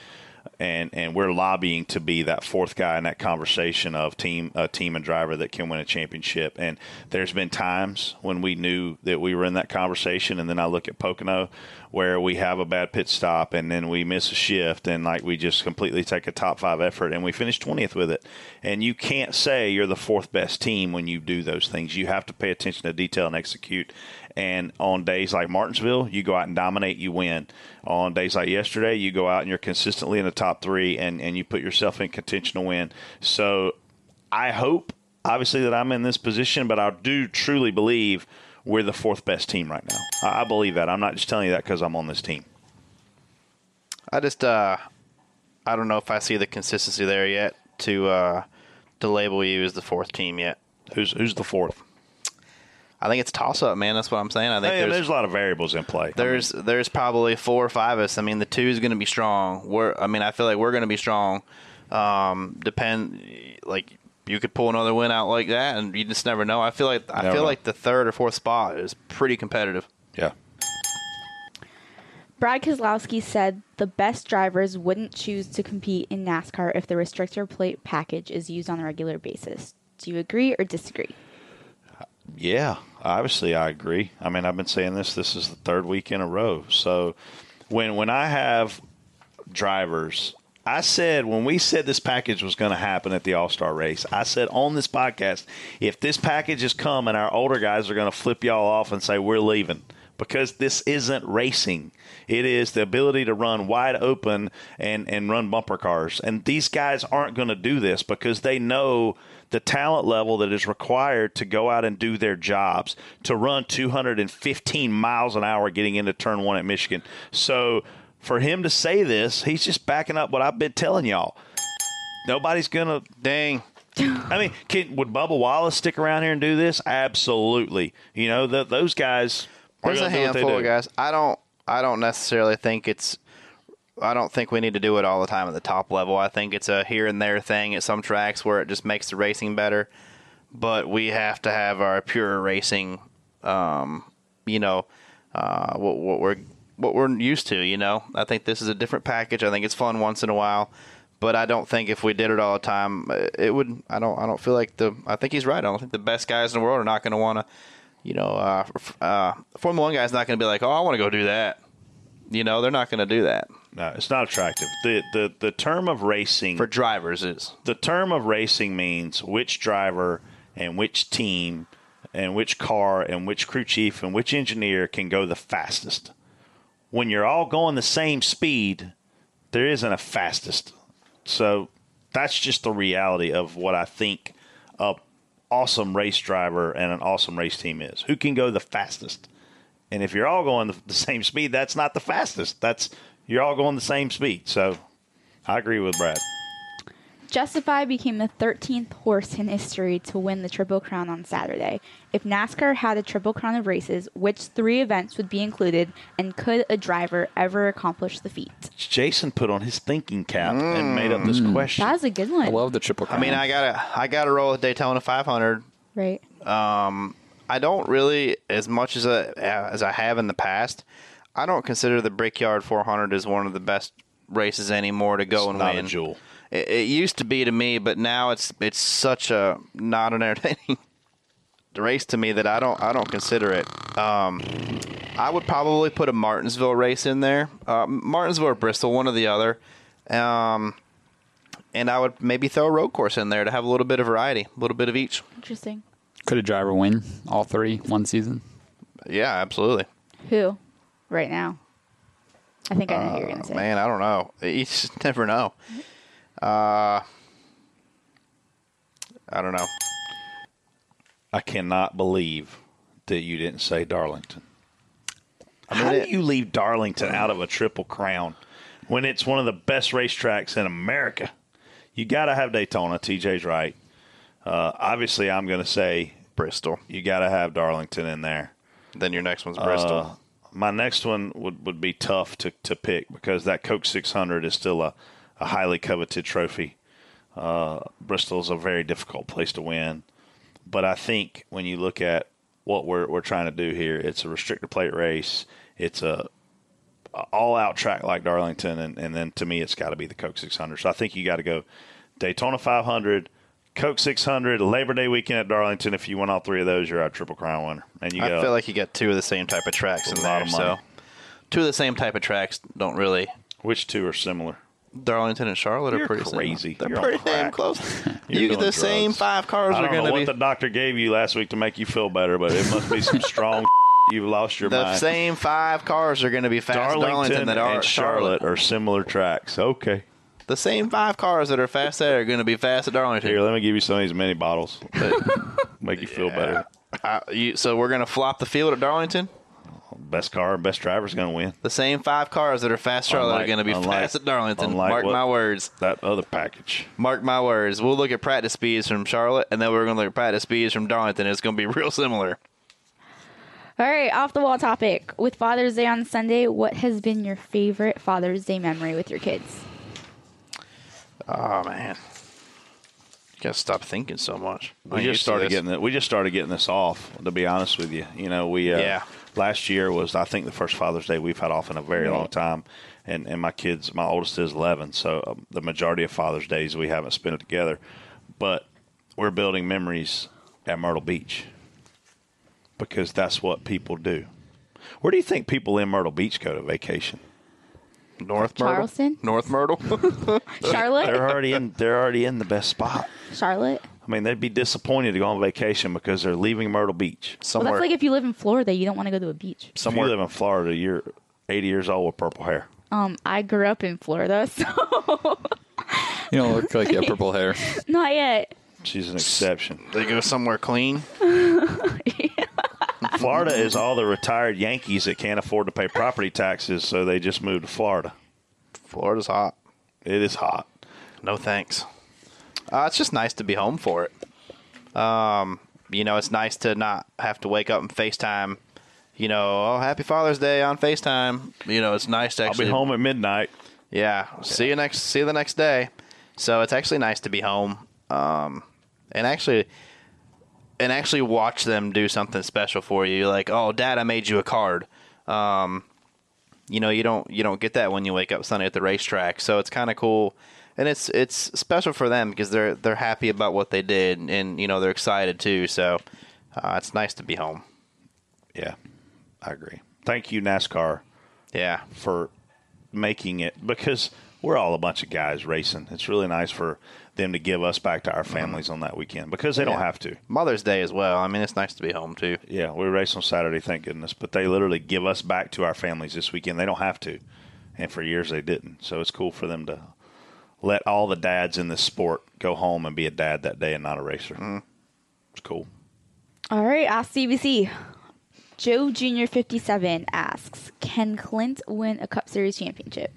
And and we're lobbying to be that fourth guy in that conversation of team a team and driver that can win a championship. And there's been times when we knew that we were in that conversation, and then I look at Pocono where we have a bad pit stop and then we miss a shift and like we just completely take a top five effort and we finish 20th with it. And you can't say you're the fourth best team when you do those things. You have to pay attention to detail and execute. And on days like Martinsville, you go out and dominate, you win. On days like yesterday, you go out and you're consistently in the top three and, and you put yourself in contention to win. So I hope, obviously, that I'm in this position, but I do truly believe we're the fourth best team right now. I I believe that. I'm not just telling you that because I'm on this team.
I just uh, I don't know if I see the consistency there yet to uh, to label you as the fourth team yet.
Who's who's the fourth?
I think it's toss up, man. That's what I'm saying. I think
Hey,
there's,
there's a lot of variables in play.
There's there's probably four or five of us. I mean, the two is going to be strong. We're I mean, I feel like we're going to be strong. Um, depend like you could pull another win out like that, and you just never know. I feel like I
Never
feel
know.
like the third or fourth spot is pretty competitive.
Yeah.
Brad Keselowski said the best drivers wouldn't choose to compete in NASCAR if the restrictor plate package is used on a regular basis. Do you agree or disagree?
Yeah, obviously I agree. I mean, I've been saying this. This is the third week in a row. So when when I have drivers, I said when we said this package was going to happen at the All Star race, I said on this podcast, if this package is coming, our older guys are going to flip y'all off and say we're leaving because this isn't racing. It is the ability to run wide open and and run bumper cars. And these guys aren't going to do this because they know the talent level that is required to go out and do their jobs to run 215 miles an hour getting into turn 1 at Michigan. So for him to say this, he's just backing up what I've been telling y'all. Nobody's gonna dang. I mean, can, would Bubba Wallace stick around here and do this? Absolutely. You know, th those guys. are
There's
gonna do what
a
they
handful of
do.
guys. I don't I don't necessarily think it's I don't think we need to do it all the time at the top level. I think it's a here and there thing at some tracks where it just makes the racing better. But we have to have our pure racing um, you know, uh, what what we're what we're used to, you know. I think this is a different package. I think it's fun once in a while. But I don't think if we did it all the time, uh, it would. I don't. I don't feel like the. I think he's right. I don't think the best guys in the world are not going to want to you know, uh, f- uh, Formula One guy's not going to be like, oh, I want to go do that. You know, they're not going to do that
No, it's not attractive. The the the term of racing
for drivers. Is
the term of racing means which driver and which team and which car and which crew chief and which engineer can go the fastest. When you're all going the same speed, there isn't a fastest. So that's just the reality of what I think a awesome race driver and an awesome race team is. Who can go the fastest? And if you're all going the, the same speed, that's not the fastest. That's you're all going the same speed. So I agree with Brad.
Justify became the 13th horse in history to win the Triple Crown on Saturday. If NASCAR had a Triple Crown of races, which three events would be included, and could a driver ever accomplish the feat?
Jason put on his thinking cap and made up this question.
That was a good one.
I love the triple
I
crown.
mean, I gotta I gotta roll with Daytona 500.
right.
Um, I don't really as much as I, as I have in the past. I don't consider the Brickyard 400 as one of the best races anymore to go
It's
and
not a
win.
jewel.
It, it used to be to me, but now it's it's such a not an entertaining race to me that I don't I don't consider it. Um, I would probably put a Martinsville race in there, uh, Martinsville or Bristol, one or the other. Um, and I would maybe throw a road course in there to have a little bit of variety, a little bit of each.
Interesting.
Could a driver win all three one season?
Yeah, absolutely.
Who? Right now. I think I know who you're going to say.
Uh, Man, I don't know. You just never know. Uh, I don't know.
I cannot believe that you didn't say Darlington.
mean,
How
it-
do you leave Darlington out of a triple crown when it's one of the best racetracks in America? You got to have Daytona. TJ's right. Uh, obviously, I'm going to say
Bristol.
you got to have Darlington in there.
Then your next one's Bristol.
Uh, my next one would, would be tough to, to pick because that Coke 600 is still a, a highly coveted trophy. Uh, Bristol's a very difficult place to win. But I think when you look at what we're, we're trying to do here, it's a restricted plate race. It's a, a all out track like Darlington. And, and then to me, it's got to be the Coke 600. So I think you got to go Daytona 500. Coke 600, Labor Day weekend at Darlington. If you win all three of those, you're our Triple Crown winner. And you
I
go,
feel like you got two of the same type of tracks
A
in
lot
there.
of
So
money.
two of the same type of tracks don't really.
which two are similar?
Darlington and Charlotte
You're
are pretty sim-
crazy.
They're
You're on
pretty damn
crack.
close.
You're
you
doing
the
drugs.
same five cars
I
are
don't know
going to
what
be
the doctor gave you last week to make you feel better, but it must be some strong. You've lost your
the
mind.
same five cars are going to be fast.
Darlington,
that are
and Charlotte are similar tracks. Okay,
The same five cars that are fast there are going to be fast at Darlington.
here, let me give you some of these mini bottles. that make you feel better.
Uh, you, so we're going to flop the field at Darlington.
Best car, best driver's going to win.
The same five cars that are fast Charlotte
Unlike-
are going to be
unlike-
fast at Darlington.
unlike
Mark
what-
my words.
That other package.
Mark my words. We'll look at practice speeds from Charlotte, and then we're going to look at practice speeds from Darlington. It's going to be real similar.
All right, off the wall topic. With Father's Day on Sunday, what has been your favorite Father's Day memory with your kids?
Oh man, you gotta stop thinking so much.
We just started getting it. We just started getting this off. To be honest with you, you know, we uh,
Yeah.
last year was I think the first Father's Day we've had off in a very long time, and and my kids, my oldest is eleven, so um, the majority of Father's Days we haven't spent it together, but we're building memories at Myrtle Beach because that's what people do. Where do you think people in Myrtle Beach go to vacation?
North Myrtle.
Charleston?
North Myrtle.
They're
Charlotte?
already in. They're already in the best spot.
Charlotte?
I mean, they'd be disappointed to go on vacation because they're leaving Myrtle Beach.
Well,
Somewhere.
that's like if you live in Florida, you don't want to go to a beach.
Somewhere. If you live in Florida, you're 80 years old with purple hair.
Um, I grew up in Florida, so
You don't look like you have purple hair.
not yet.
She's an exception.
they go somewhere clean.
Florida is all the retired Yankees that can't afford to pay property taxes, so they just moved to Florida.
Florida's hot.
It is hot.
No thanks. Uh, it's just nice to be home for it. Um, you know, it's nice to not have to wake up and FaceTime. You know, oh, happy Father's Day on FaceTime. You know, it's nice to
I'll be
actually
home at midnight.
Yeah. See you next. See you the next day. So it's actually nice to be home, um, and actually, and actually watch them do something special for you. Like, oh, Dad, I made you a card. Um, you know, you don't you don't get that when you wake up Sunday at the racetrack. So it's kind of cool, and it's it's special for them because they're they're happy about what they did, and you know they're excited too. So uh, it's nice to be home.
Yeah, I agree. Thank you, NASCAR,
Yeah.
for making it because we're all a bunch of guys racing. It's really nice for them to give us back to our families on that weekend because they don't
Yeah.
have to.
Mother's Day as well. I mean, it's nice to be home too.
Yeah, we race on Saturday, thank goodness. But they literally give us back to our families this weekend. They don't have to, and for years they didn't. So it's cool for them to let all the dads in this sport go home and be a dad that day and not a racer. It's cool.
All right, ask CBC. Joe Junior fifty seven asks, "Can Clint win a Cup Series championship?"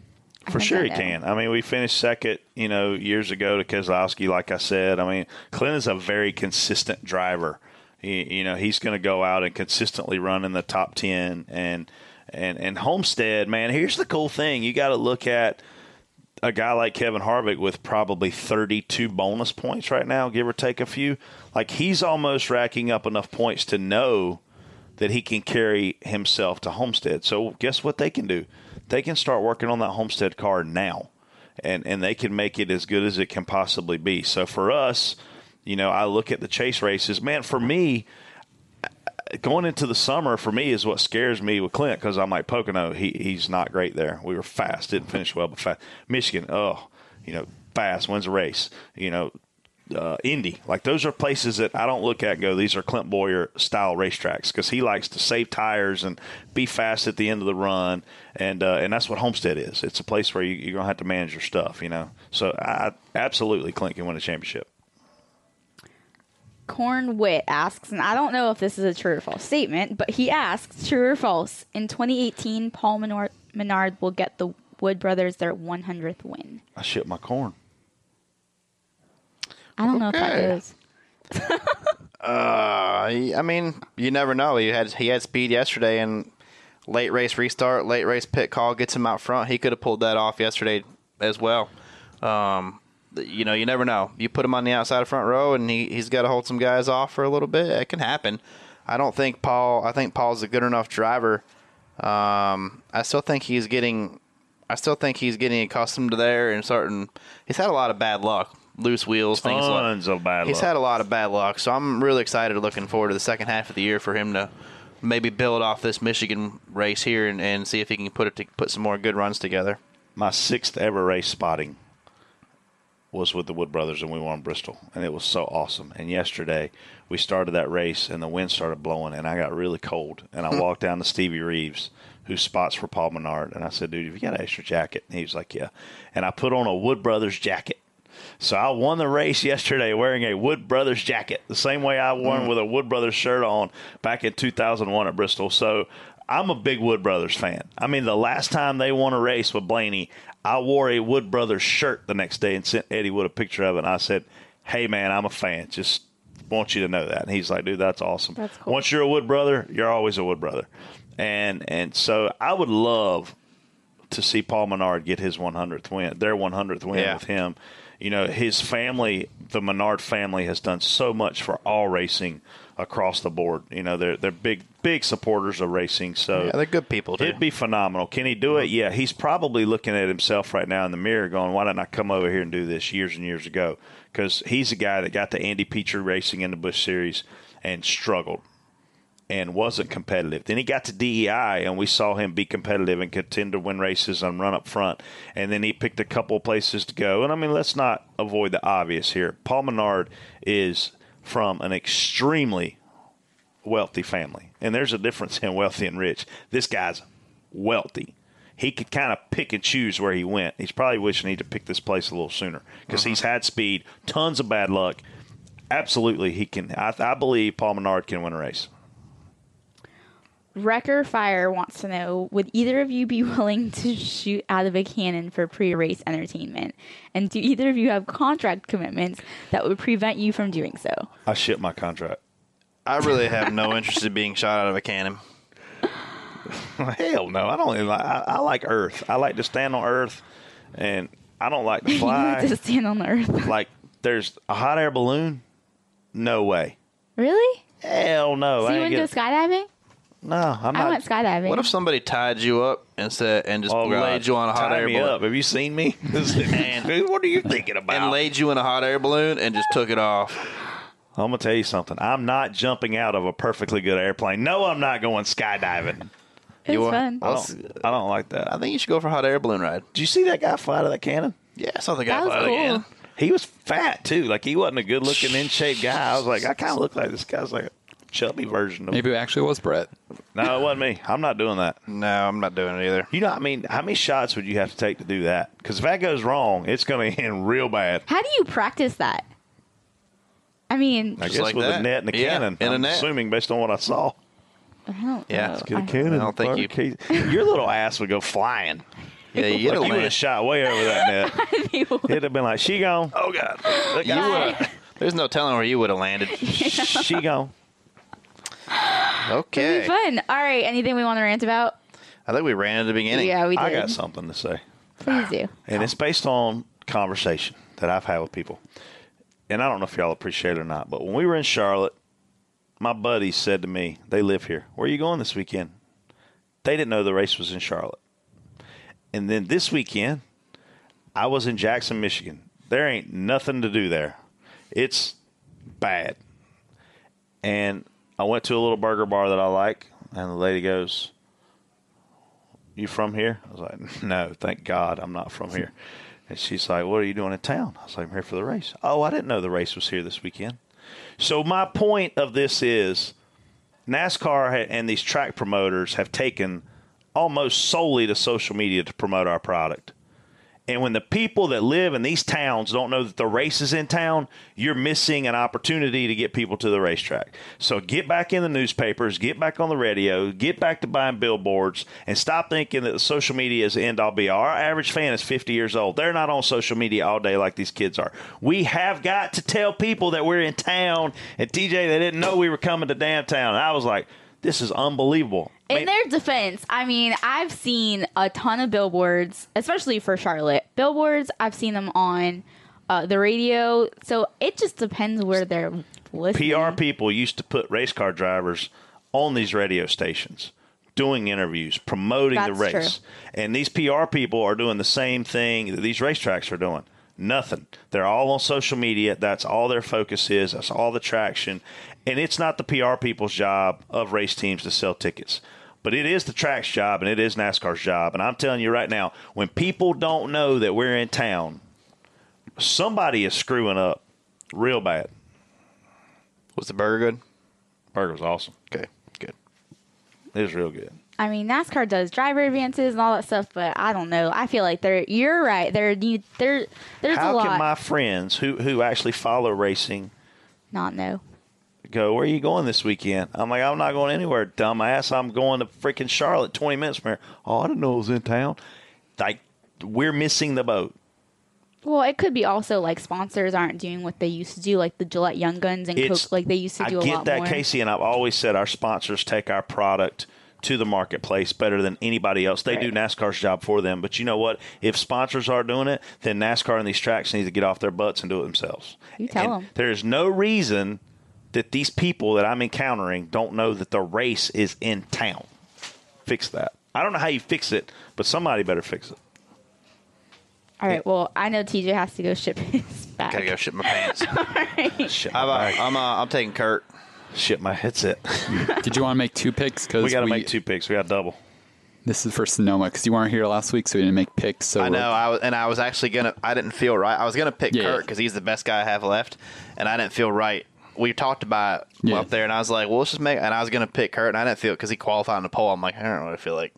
I
For
think
sure
I
he
know.
can. I mean, we finished second, you know, years ago to Keselowski, like I said. I mean, Clint is a very consistent driver. He, you know, he's going to go out and consistently run in the top 10. And, and, and Homestead, man, here's the cool thing. You got to look at a guy like Kevin Harvick with probably 32 bonus points right now, give or take a few. Like, he's almost racking up enough points to know – that he can carry himself to Homestead. So guess what they can do? They can start working on that Homestead car now, and and they can make it as good as it can possibly be. So for us, you know, I look at the chase races, man. For me, going into the summer for me is what scares me with Clint because I'm like Pocono, he he's not great there. We were fast, didn't finish well, but fast. Michigan, oh, you know, fast wins a race. You know, uh, Indy, like those are places that I don't look at and go. These are Clint Boyer style racetracks because he likes to save tires and be fast at the end of the run, and uh, and that's what Homestead is. It's a place where you, you're gonna have to manage your stuff, you know. So I absolutely Clint can win a championship.
Corn Wit asks, and I don't know if this is a true or false statement, but he asks, true or false, in 2018, Paul Menard, Menard will get the Wood Brothers their 100th win.
I shit my corn.
I don't know if that
Okay.
is.
Uh, I mean, you never know. He had he had speed yesterday, and late race restart, late race pit call gets him out front. He could have pulled that off yesterday as well. Um, you know, you never know. You put him on the outside of front row, and he he's got to hold some guys off for a little bit. It can happen. I don't think Paul. I think Paul's a good enough driver. Um, I still think he's getting. I still think he's getting accustomed to there and starting. He's had a lot of bad luck, loose wheels, things like
Tons of bad
He's
luck.
had a lot of bad luck, so I'm really excited looking forward to the second half of the year for him to maybe build off this Michigan race here and, and see if he can put it to, put some more good runs together.
my sixth ever race spotting was with the Wood Brothers, and we won Bristol, and it was so awesome. And yesterday, we started that race, and the wind started blowing, and I got really cold. And I walked down to Stevie Reeves, who spots for Paul Menard, and I said, "Dude, have you got an extra jacket?" And he was like, "Yeah." And I put on a Wood Brothers jacket. So I won the race yesterday wearing a Wood Brothers jacket, the same way I
Mm.
won with a Wood Brothers shirt on back in 2001 at Bristol. So I'm a big Wood Brothers fan. I mean, the last time they won a race with Blaney, I wore a Wood Brothers shirt the next day and sent Eddie Wood a picture of it. And I said, "Hey, man, I'm a fan. Just want you to know that." And he's like, "Dude, that's awesome.
That's cool.
Once you're a Wood brother, you're always a Wood brother." And and so I would love to see Paul Menard get his 100th win, their 100th win
Yeah.
with him. You know, his family, the Menard family, has done so much for all racing across the board. You know, they're they're big big supporters of racing. So
Yeah, they're good people Mm-hmm. too.
It'd be phenomenal. Can he do it? Yeah, he's probably looking at himself right now in the mirror, going, "Why didn't I come over here and do this years and years ago?" Because he's a guy that got the Andy Petrie Racing in the Bush Series and struggled and wasn't competitive. Then he got to DEI, and we saw him be competitive and contend to win races and run up front. And then he picked a couple places to go. And I mean, let's not avoid the obvious here. Paul Menard is from an extremely wealthy family, and there's a difference in wealthy and rich. This guy's wealthy. He could kind of pick and choose where he went. He's probably wishing he'd pick this place a little sooner because he's had speed, tons of bad luck. Absolutely, he can. I, I believe Paul Menard can win a race.
Wrecker Fire wants to know Would either of you be willing to shoot out of a cannon for pre race entertainment? And do either of you have contract commitments that would prevent you from doing so?
I shit my contract.
I really have no interest in being shot out of a cannon.
Hell no, I don't. even like- I, I like Earth. I like to stand on Earth, and I don't like to
You like
fly.
to stand on the earth.
like there's a hot air balloon. No way.
really?
Hell no.
So
I
you
ain't
wouldn't go
get,
skydiving?
no, I'm
I
not.
went skydiving.
What if somebody tied you up and said and just
Oh, God.
laid you on a hot
Tie
air
me
balloon
up. Have you seen me? Dude, what are you thinking about?
and laid you in a hot air balloon and just took it off?
I'm gonna tell you something. I'm not jumping out of a perfectly good airplane. No, I'm not going skydiving.
it
you uh,
was fun.
want-
I don't, I don't like that.
I think you should go for a hot air balloon ride.
Did you see that guy fly out of that cannon?
Yeah, I saw the guy
That was
fly
cool.
again.
He was fat too. Like he wasn't a good looking, in shape guy. I was like, I kind of look like this guy's like a chubby version of.
Maybe it actually was Brett.
No, it wasn't me. I'm not doing that.
No, I'm not doing it either.
You know, I mean, how many shots would you have to take to do that? Because if that goes wrong, it's going to end real bad.
How do you practice that? I mean,
I
Just
guess
like
with a
that.
net and a
Yeah,
cannon.
and a
I'm
net.
assuming based on what I saw.
I don't
Yeah,
know.
it's
Get a
I-
cannon.
I don't think you-
fire a Your little ass would go flying.
Yeah, you
Like
get a
you would have
land.
shot way over that net.
He would.
It'd have been like, she gone.
Oh God,
You would.
there's no telling where you would have landed.
She gone.
Okay,
Fun. All right. Anything we want to rant about?
I think we ran at the beginning.
Yeah, we did.
I got something to say.
Please do.
And it's based on conversation that I've had with people. And I don't know if y'all appreciate it or not, but when we were in Charlotte, my buddies said to me, they live here, where are you going this weekend? They didn't know the race was in Charlotte. And then this weekend, I was in Jackson, Michigan. There ain't nothing to do there. It's bad. And I went to a little burger bar that I like, and the lady goes, you from here? I was like, no, thank God I'm not from here. And she's like, what are you doing in town? I was like, I'm here for the race. Oh, I didn't know the race was here this weekend. So my point of this is NASCAR ha- and these track promoters have taken almost solely to social media to promote our product. And when the people that live in these towns don't know that the race is in town, you're missing an opportunity to get people to the racetrack. So get back in the newspapers, get back on the radio, get back to buying billboards, and stop thinking that the social media is the end all be all. Our average fan is 50 years old. They're not on social media all day like these kids are. We have got to tell people that we're in town. And TJ, they didn't know we were coming to damn town. And I was like, this is unbelievable. I
In
mean,
their defense, I mean, I've seen a ton of billboards, especially for Charlotte. Billboards, I've seen them on uh, the radio. So it just depends where they're listening.
PR people used to put race car drivers on these radio stations doing interviews, promoting the
That's
race. And these PR people are doing the same thing that these racetracks are doing. Nothing. They're all on social media. That's all their focus is. That's all the traction. And it's not the PR people's job of race teams to sell tickets. But it is the track's job and it is NASCAR's job. And I'm telling you right now, when people don't know that we're in town, somebody is screwing up real bad.
Was the burger good?
Burger was awesome.
Okay, good.
It was real good.
I mean, NASCAR does driver advances and all that stuff, but I don't know. I feel like they're. You're right. There need there. There's a
How
lot.
can my friends who who actually follow racing
Not know.
go? Where are you going this weekend? I'm like, I'm not going anywhere, dumbass. I'm going to freaking Charlotte, 20 minutes from here. Oh, I didn't know it was in town. Like, we're missing the boat.
Well, it could be also like sponsors aren't doing what they used to do, like the Gillette Young Guns and Coke, like they used to do
I
a
get
lot
that,
more.
Casey, and I've always said our sponsors take our product to the marketplace better than anybody else. They do NASCAR's job for them, but you know what? If sponsors are doing it, then NASCAR and these tracks need to get off their butts and do it themselves.
You tell
And
'em.
There is no reason that these people that I'm encountering don't know that the race is in town. Fix that. I don't know how you fix it, but somebody better fix it.
All right. Well, I know TJ has to go ship his back.
Gotta go shit my pants. I'm,
Shit,
uh,
my,
I'm, uh, I'm taking Kurt.
shit, my headset.
Did you want to make two picks? Because
we got to make two picks. We got to double.
This is for Sonoma because you weren't here last week, so we didn't make picks. So
I know. I was, and I was actually gonna. I didn't feel right. I was gonna pick
Yeah.
Kurt because he's the best guy I have left, and I didn't feel right. We talked about it
Yeah.
up there, and I was like, "Well, let's just make." And I was gonna pick Kurt, and I didn't feel because he qualified in the poll. I'm like, I don't really feel like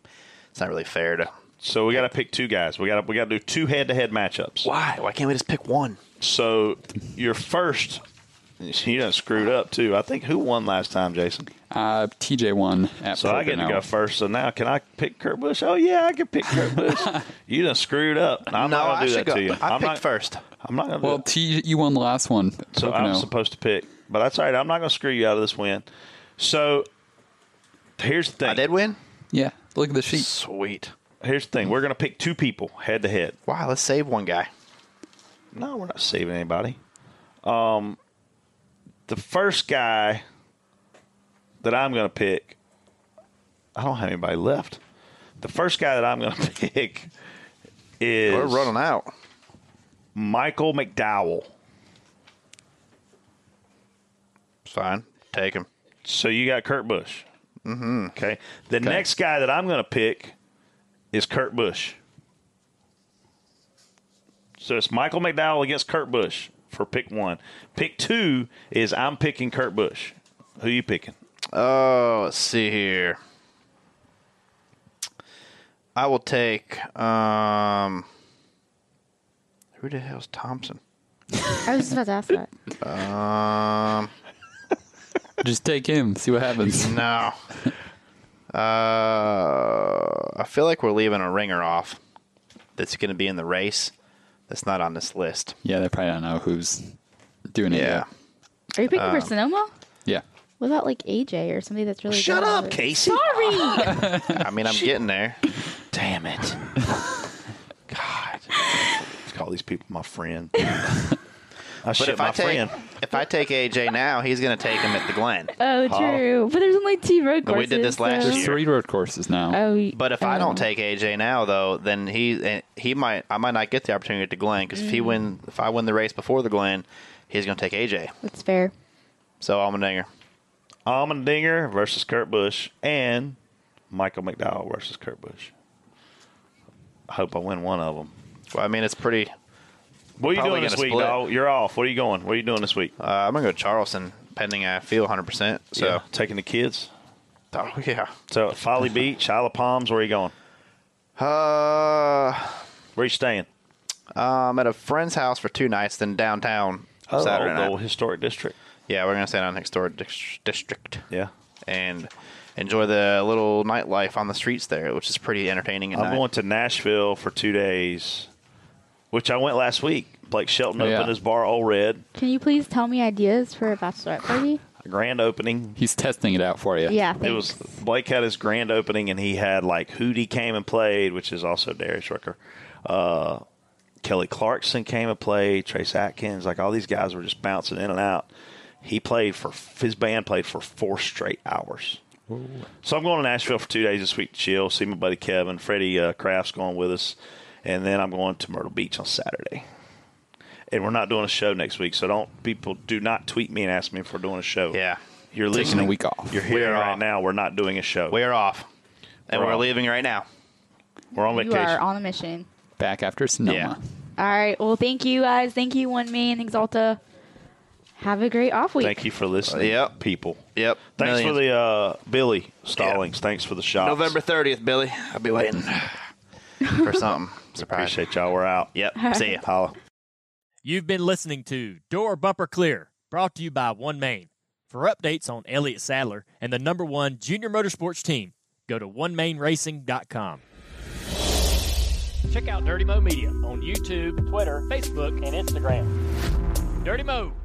it's not really fair to.
So we got to pick two guys. We got to we got to do two head to head matchups.
Why? Why can't we just pick one?
So your first, you done screwed up too. I think who won last time, Jason?
uh, TJ won at
So I get to
Pocono.
go first. So now can I pick Kurt Busch? Oh yeah, I can pick Kurt Busch. you done screwed up. And I'm
no,
not
I
gonna do
should
that
go.
to you.
I
am
picked
not,
first.
I'm not gonna. do
Well,
it.
T, you won the last one.
So
Pocono.
I'm supposed to pick, but that's all right. I'm not gonna screw you out of this win. So here's the thing.
I did win.
yeah, look at the sheet.
Sweet.
Here's the thing. We're gonna pick two people head to head.
Wow. Let's save one guy.
No, we're not saving anybody. Um, the first guy that I'm going to pick, I don't have anybody left. The first guy that I'm going to pick is
We're running out.
Michael McDowell.
It's fine. Take him.
So you got Kurt Busch. Mm-hmm. Okay. The next guy that I'm going to pick is Kurt Busch. So it's Michael McDowell against Kurt Busch for pick one. Pick two is I'm picking Kurt Busch. Who you picking?
Oh, let's see here. I will take um who the hell's Thompson?
I was just about to ask that.
Um,
Just take him, see what happens.
no. Uh, I feel like we're leaving a ringer off. That's going to be in the race. That's not on this list.
Yeah, they probably don't know who's doing it.
Yeah.
yet.
Are you picking for Sonoma?
Yeah.
What about like AJ or somebody that's really
Shut
good at
up,
it?
Casey.
Sorry.
I mean, I'm getting there. Damn it.
God. Let's call these people my friend. I
But
shit
if
my
I take
friend.
if I take AJ now, he's going to take him at the Glen.
oh, true. But there's only two road
But
courses.
we did this last
so-
There's
year.
three road courses now.
Oh, y-
But if I
oh.
don't take AJ now, though, then he eh, he might I might not get the opportunity at the Glen because if he win if I win the race before the Glen, he's going to take AJ.
that's fair.
So Almendinger.
Almendinger versus Kurt Busch and Michael McDowell versus Kurt Busch. I hope I win one of them.
Well, I mean, it's pretty.
What are you
Probably
doing this
gonna
week,
split.
dog? You're off. What are you going? What are you doing this week?
Uh, I'm going to go Charleston, pending I feel 100. percent So
Yeah, taking the kids.
oh, yeah.
So Folly Beach, Isle of Palms. Where are you going?
oh, Uh,
Where are you staying?
I'm at a friend's house for two nights, then downtown Oh,
Oh,
Saturday
the old
night.
historic district.
Yeah, we're going to stay down next door dis- district.
Yeah,
and enjoy the little nightlife on the streets there, which is pretty entertaining. At
I'm
night.
going to Nashville for two days, which I went last week. Blake Shelton
Oh, yeah.
opened his bar, Old Red,
Can you please tell me ideas for a bachelorette party?
a grand opening.
He's testing it out for you.
Yeah,
It
thanks.
was Blake had his grand opening, and he had like Hootie came and played, which is also Darius Rucker. Uh, Kelly Clarkson came and played. Trace Atkins, like all these guys were just bouncing in and out. He played for his band played for four straight hours. So I'm going to Nashville for two days this week to chill, see my buddy Kevin. Freddie uh, Kraft's going with us, and then I'm going to Myrtle Beach on Saturday. And we're not doing a show next week, so don't people do not tweet me and ask me if we're doing a show.
Yeah.
you're
Taking a
listening.
week off.
You're here
We're
right
off.
now. We're not doing a show.
We are off, and
We're
we're,
off.
leaving right now.
We're on
you
vacation.
are on a mission.
Back after Sonoma.
All right. Well, thank you guys. Thank you, One Me and Exalta. Have a great off week.
Thank you for listening,
Yep.
people.
Yep.
Thanks
Millions.
for the uh, Billy Stallings. Thanks for the shot.
November 30th, Billy. I'll be waiting for something. Surprise.
Appreciate y'all. We're out.
Yep. See ya.
Holla.
You've been listening to Door Bumper Clear, brought to you by One Main. For updates on Elliott Sadler and the number one junior motorsports team, go to onemainracing.com. Check out Dirty Mo Media on YouTube, Twitter, Facebook, and Instagram. Dirty Mo